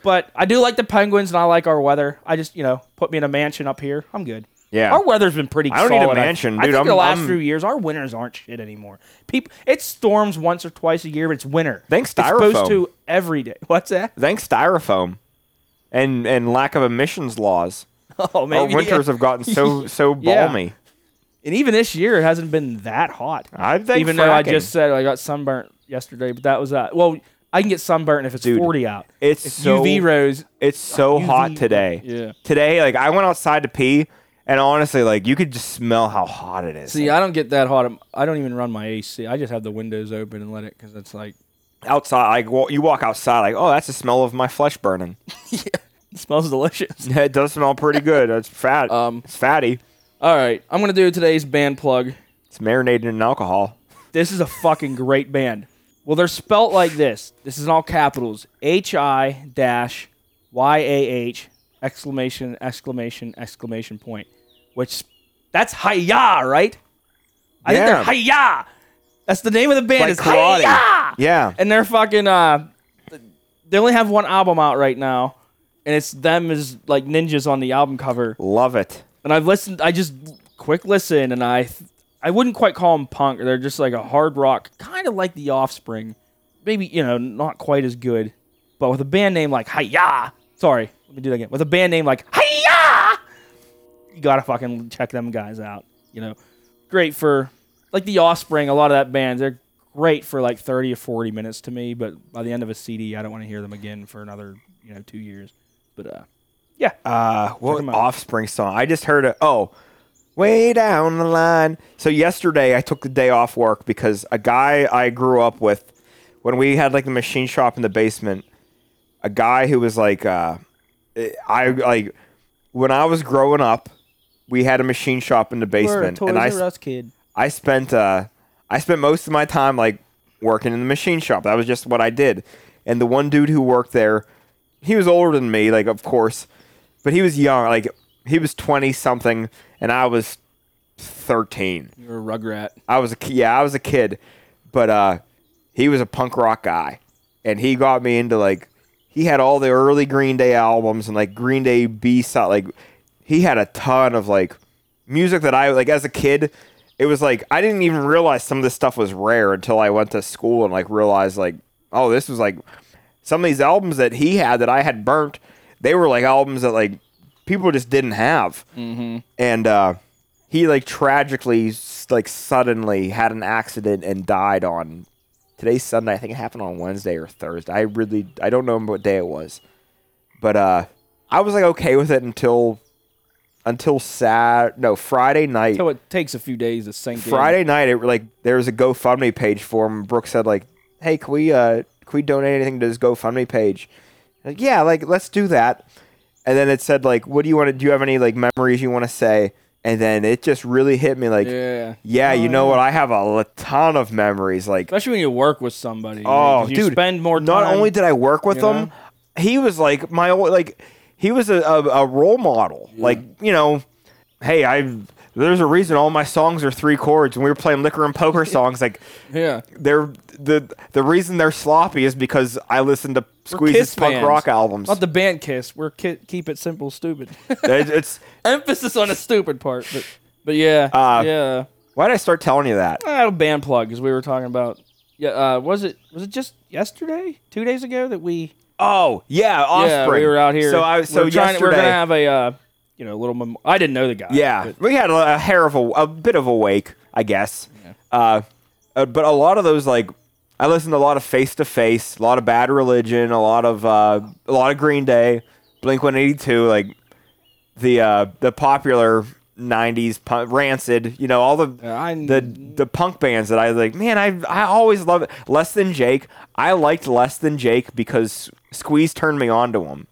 [SPEAKER 1] But I do like the Penguins and I like our weather. I just, you know, put me in a mansion up here. I'm good.
[SPEAKER 5] Yeah.
[SPEAKER 1] Our weather's been pretty
[SPEAKER 5] I don't need a
[SPEAKER 1] solid.
[SPEAKER 5] mansion,
[SPEAKER 1] I,
[SPEAKER 5] dude.
[SPEAKER 1] I think
[SPEAKER 5] I'm-
[SPEAKER 1] the last
[SPEAKER 5] I'm-
[SPEAKER 1] few years, our winters aren't shit anymore. People, It storms once or twice a year, but it's winter.
[SPEAKER 5] Thanks,
[SPEAKER 1] It's supposed
[SPEAKER 5] styrofoam.
[SPEAKER 1] to every day. What's that?
[SPEAKER 5] Thanks styrofoam, and and lack of emissions laws.
[SPEAKER 1] Oh, man.
[SPEAKER 5] Our winters have gotten so so
[SPEAKER 1] Yeah.
[SPEAKER 5] balmy.
[SPEAKER 1] And even this year, it hasn't been that hot.
[SPEAKER 5] I think
[SPEAKER 1] even though I
[SPEAKER 5] fracking.
[SPEAKER 1] just said I got sunburnt yesterday, but that was that. Well, I can get sunburnt if it's
[SPEAKER 5] Dude,
[SPEAKER 1] forty out.
[SPEAKER 5] it's
[SPEAKER 1] If
[SPEAKER 5] so-
[SPEAKER 1] UV rose.
[SPEAKER 5] It's so
[SPEAKER 1] UV
[SPEAKER 5] hot today.
[SPEAKER 1] Yeah.
[SPEAKER 5] Today, like I went outside to pee, and honestly, like you could just smell how hot it is.
[SPEAKER 1] See, I don't get that hot. I don't even run my AC. I just have the windows open and let it because it's like
[SPEAKER 5] outside, like wa- you walk outside, like oh, that's the smell of my flesh burning.
[SPEAKER 1] it smells delicious.
[SPEAKER 5] it does smell pretty good. It's fat.
[SPEAKER 1] Um,
[SPEAKER 5] it's fatty.
[SPEAKER 1] All right, I'm gonna do today's band plug.
[SPEAKER 5] It's marinated in alcohol.
[SPEAKER 1] This is a fucking great band. Well, they're spelt like this. This is in all capitals. H I dash Y A H exclamation exclamation exclamation point. Which that's Hiya, right? I think
[SPEAKER 5] Yeah.
[SPEAKER 1] they're Hiya. That's the name of the band.
[SPEAKER 5] Like
[SPEAKER 1] is
[SPEAKER 5] karate.
[SPEAKER 1] Hiya.
[SPEAKER 5] Yeah.
[SPEAKER 1] and they're fucking uh they only have one album out right now and it's them as like ninjas on the album cover
[SPEAKER 5] Love it.
[SPEAKER 1] and i've listened i just quick listen and i th- i wouldn't quite call them punk they're just like a hard rock kind of like the offspring maybe you know not quite as good but with a band name like hiya sorry let me do that again with a band name like hiya you gotta fucking check them guys out you know great for like the offspring a lot of that bands they're great for like 30 or 40 minutes to me but by the end of a cd i don't want to hear them again for another you know two years but uh yeah
[SPEAKER 5] Uh, what
[SPEAKER 1] them out.
[SPEAKER 5] offspring song? I just heard it. Oh, way down the line. So yesterday I took the day off work because a guy I grew up with, when we had like the machine shop in the basement, a guy who was like, uh, I like when I was growing up, we had a machine shop in the basement,
[SPEAKER 1] Toys
[SPEAKER 5] and I
[SPEAKER 1] R Us kid
[SPEAKER 5] I spent uh, I spent most of my time like working in the machine shop. That was just what I did. And the one dude who worked there, he was older than me, like of course, but he was young, like he was twenty something, and I was thirteen.
[SPEAKER 1] you're a rugrat
[SPEAKER 5] I was a ki- yeah, I was a kid, but uh, he was a punk rock guy, and he got me into like he had all the early Green Day albums and like Green Day B side. Like he had a ton of like music that I like as a kid. It was like I didn't even realize some of this stuff was rare until I went to school and like realized like oh this was like some of these albums that he had that I had burnt. They were like albums that like people just didn't have, mm-hmm. and uh, he like tragically s- like suddenly had an accident and died on today's Sunday. I think it happened on Wednesday or Thursday. I really I don't know what day it was, but uh, I was like okay with it until until Sat no Friday night.
[SPEAKER 1] so it takes a few days to sink in.
[SPEAKER 5] Friday night, it like there was a GoFundMe page for him. Brooke said like, "Hey, can we uh can we donate anything to this GoFundMe page?" Like, yeah, like let's do that. And then it said like, "What do you want to? Do you have any like memories you want to say?" And then it just really hit me like, "Yeah,
[SPEAKER 1] Yeah.
[SPEAKER 5] you know what? I have a l- ton of memories like."
[SPEAKER 1] Especially when you work with somebody.
[SPEAKER 5] Oh,
[SPEAKER 1] you
[SPEAKER 5] dude!
[SPEAKER 1] spend more time.
[SPEAKER 5] Not only did I work with
[SPEAKER 1] you
[SPEAKER 5] him,
[SPEAKER 1] know?
[SPEAKER 5] he was like my old like he was a, a, a role model. Like you know, hey, I there's a reason all my songs are three chords, and we were playing liquor and poker songs. Like
[SPEAKER 1] yeah,
[SPEAKER 5] they're the the reason they're sloppy is because I listen to Squeeze's
[SPEAKER 1] Kiss
[SPEAKER 5] punk
[SPEAKER 1] fans.
[SPEAKER 5] rock albums.
[SPEAKER 1] Not the band Kiss. We're ki- keep it simple, stupid.
[SPEAKER 5] It- it's
[SPEAKER 1] Emphasis on the stupid part, but but yeah,
[SPEAKER 5] Uh,
[SPEAKER 1] yeah.
[SPEAKER 5] why did I start telling you that?
[SPEAKER 1] I had a band plug as we were talking about. Yeah, uh, was it was it just yesterday, two days ago that we
[SPEAKER 5] Oh yeah,
[SPEAKER 1] yeah
[SPEAKER 5] Offspring.
[SPEAKER 1] we were out here.
[SPEAKER 5] So I so
[SPEAKER 1] we're trying, we're
[SPEAKER 5] yesterday-
[SPEAKER 1] gonna have a uh, you know little. Mem- I didn't know the guy.
[SPEAKER 5] Yeah,
[SPEAKER 1] but-
[SPEAKER 5] we had a, a hair of a, a bit of a wake, I guess. Uh, uh, but a lot of those, like, I listened to a lot of Face to Face, a lot of Bad Religion, a lot of uh, a lot of Green Day, Blink One Eighty Two, like the uh, the popular '90s punk, Rancid, you know, all the
[SPEAKER 1] Yeah, I-
[SPEAKER 5] the the punk bands that I like. Man, I I always love it. Less Than Jake. I liked Less Than Jake because Squeeze turned me on to him.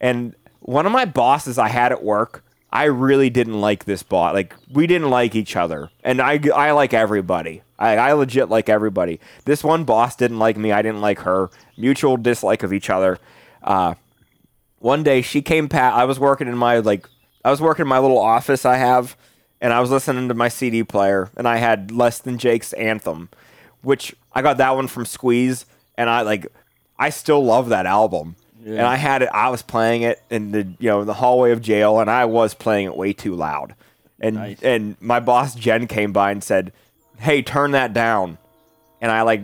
[SPEAKER 5] And one of my bosses I had at work, I really didn't like this boss. Like we didn't like each other, and I I like everybody. I, I legit like everybody. This one boss didn't like me. I didn't like her. Mutual dislike of each other. Uh, one day she came past. I was working in my like I was working in my little office I have, and I was listening to my CD player, and I had Less Than Jake's Anthem, which I got that one from Squeeze, and I like I still love that album. And I had it. I was playing it in the you know the hallway of jail, and I was playing it way too loud. And and my boss Jen came by and said, "Hey, turn that down." And I like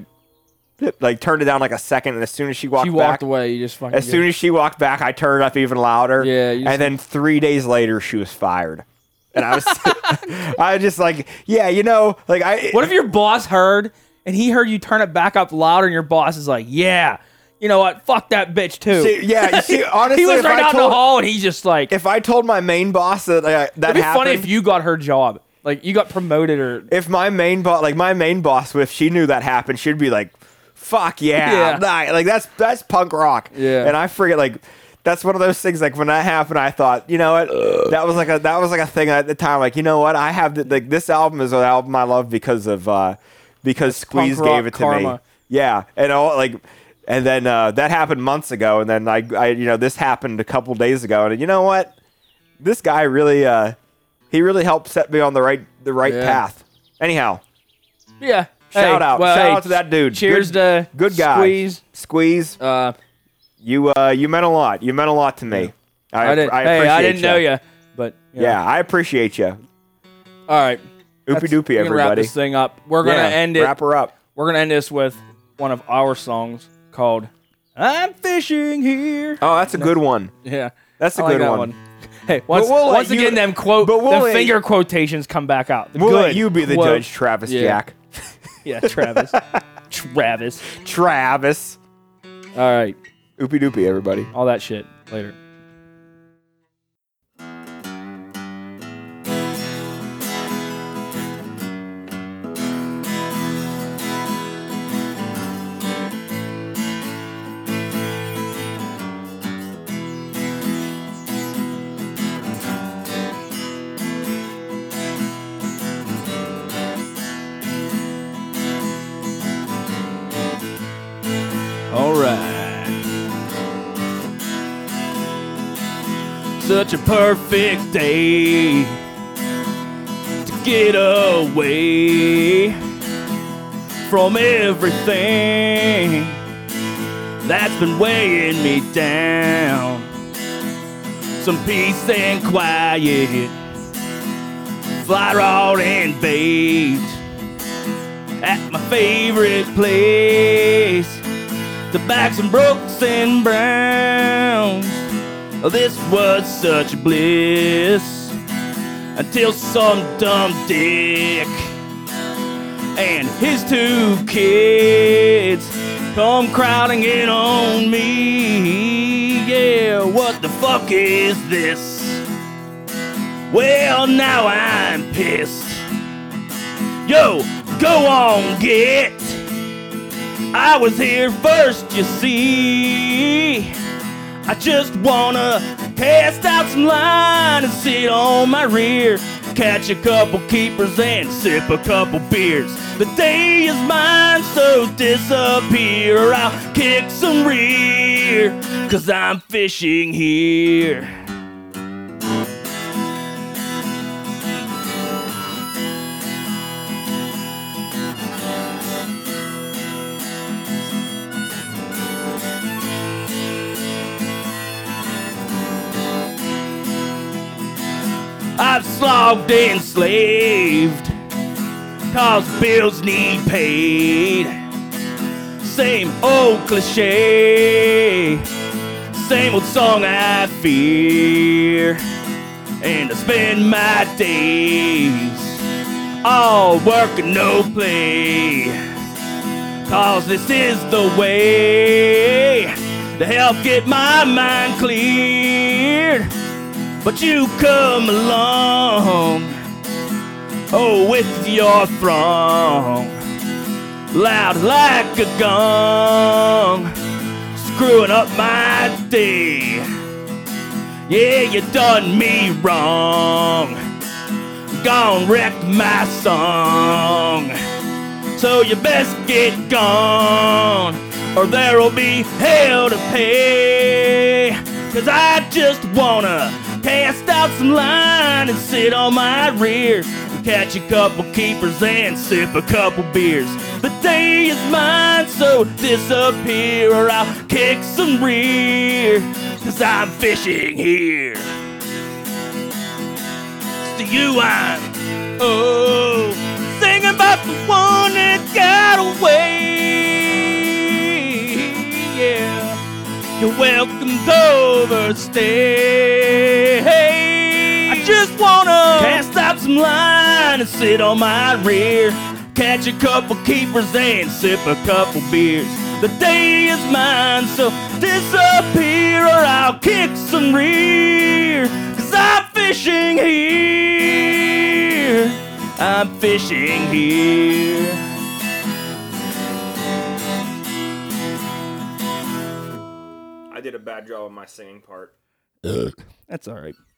[SPEAKER 5] like turned it down like a second, and as soon as she walked,
[SPEAKER 1] She walked
[SPEAKER 5] back,
[SPEAKER 1] away. You just fucking.
[SPEAKER 5] As soon as she walked back, I turned it up even louder.
[SPEAKER 1] Yeah, you just-
[SPEAKER 5] And then three days later, she was fired. And I was, I was just like, yeah, you know, like I.
[SPEAKER 8] What if your boss heard and he heard you turn it back up louder and your boss is like, yeah, you know what? Fuck that bitch too.
[SPEAKER 5] See, yeah, you see, honestly,
[SPEAKER 8] he was
[SPEAKER 5] if,
[SPEAKER 8] right
[SPEAKER 5] I
[SPEAKER 8] out in
[SPEAKER 5] told,
[SPEAKER 8] the hall and he's just like,
[SPEAKER 5] if I told my main boss that uh, that
[SPEAKER 8] it'd be
[SPEAKER 5] happened,
[SPEAKER 8] funny if you got her job. Like you got promoted or
[SPEAKER 5] if my main boss, like my main boss, if she knew that happened, she'd be like, "Fuck yeah,
[SPEAKER 8] Yeah.
[SPEAKER 5] Nah, like that's that's punk rock."
[SPEAKER 1] Yeah.
[SPEAKER 5] and I forget like. That's one of those things. Like when that happened, I thought, you know what? That was like a that was like a thing at the time. Like you know what? I have the, like this album is an album I love because of uh because Squeeze
[SPEAKER 8] punk rock
[SPEAKER 5] gave it to me.
[SPEAKER 8] karma.
[SPEAKER 5] Yeah, and all like, and then uh, that happened months ago, and then I I you know this happened a couple days ago, and you know what? This guy really uh he really helped set me on the right the right
[SPEAKER 1] Yeah.
[SPEAKER 5] path. Anyhow,
[SPEAKER 8] yeah.
[SPEAKER 5] Shout
[SPEAKER 8] Hey,
[SPEAKER 5] out,
[SPEAKER 8] well,
[SPEAKER 5] shout
[SPEAKER 8] hey,
[SPEAKER 5] out to that dude.
[SPEAKER 8] Cheers
[SPEAKER 5] good,
[SPEAKER 8] to
[SPEAKER 5] good guy.
[SPEAKER 8] Squeeze.
[SPEAKER 5] squeeze.
[SPEAKER 1] uh,
[SPEAKER 5] You, uh, you meant a lot. You meant a lot to me. I,
[SPEAKER 1] I didn't-
[SPEAKER 5] I
[SPEAKER 8] hey, I
[SPEAKER 5] appreciate
[SPEAKER 8] didn't know you, but
[SPEAKER 5] Yeah. I appreciate you.
[SPEAKER 1] all right.
[SPEAKER 5] Oopie doopie,
[SPEAKER 8] We're gonna wrap
[SPEAKER 5] everybody.
[SPEAKER 8] this thing up. We're gonna
[SPEAKER 5] Yeah,
[SPEAKER 8] end it.
[SPEAKER 5] Wrap her up.
[SPEAKER 8] We're gonna end this with one of our songs called "I'm Fishing Here."
[SPEAKER 5] Oh, that's a good one.
[SPEAKER 8] Yeah,
[SPEAKER 5] That's a
[SPEAKER 8] I like
[SPEAKER 5] good
[SPEAKER 8] that
[SPEAKER 5] one.
[SPEAKER 8] Hey, once,
[SPEAKER 5] we'll let
[SPEAKER 8] once
[SPEAKER 5] you-
[SPEAKER 8] again, them quote,
[SPEAKER 5] but we'll
[SPEAKER 8] them
[SPEAKER 5] let-
[SPEAKER 8] finger quotations come back out. The
[SPEAKER 5] We'll
[SPEAKER 8] good
[SPEAKER 5] let you be the
[SPEAKER 8] quote-
[SPEAKER 5] judge, Travis
[SPEAKER 1] Yeah.
[SPEAKER 5] Jack.
[SPEAKER 8] Yeah, Travis. Travis.
[SPEAKER 5] Travis.
[SPEAKER 1] All right.
[SPEAKER 5] Oopie doopie, everybody.
[SPEAKER 8] Mm-hmm. All that shit later.
[SPEAKER 1] All right. Such a perfect day to get away from everything that's been weighing me down. Some peace and quiet, fly rod and bait at my favorite place the backs and brooks and browns. This was such bliss until some dumb dick and his two kids come crowding in on me. Yeah, what the fuck is this? Well, now I'm pissed. Yo, go on, get. I was here first, you see. I just wanna cast out some line and sit on my rear. Catch a couple keepers and sip a couple beers. The day is mine, so disappear. I'll kick some rear, cause I'm fishing here. I've slogged and slaved, cause bills need paid. Same old cliche, same old song I fear. And I spend my days all work and no play. Cause this is the way to help get my mind cleared. But you come along, oh, with your throng, loud like a gong, screwing up my day. Yeah, you done me wrong, gone wrecked my song. So you best get gone, or there'll be hell to pay. Cause I just wanna cast out some line and sit on my rear. Catch a couple keepers and sip a couple beers. The The day is mine, so disappear or I'll kick some rear. Cause I'm fishing here. It's to you I'm, oh, singing about the one that got away. Yeah. You're welcome to overstay. I just wanna cast out some line and sit on my rear. Catch a couple keepers and sip a couple beers. The day is mine, so disappear or I'll kick some rear. Cause I'm fishing here. I'm fishing here.
[SPEAKER 9] I did a bad job on my singing part.
[SPEAKER 5] That's all right.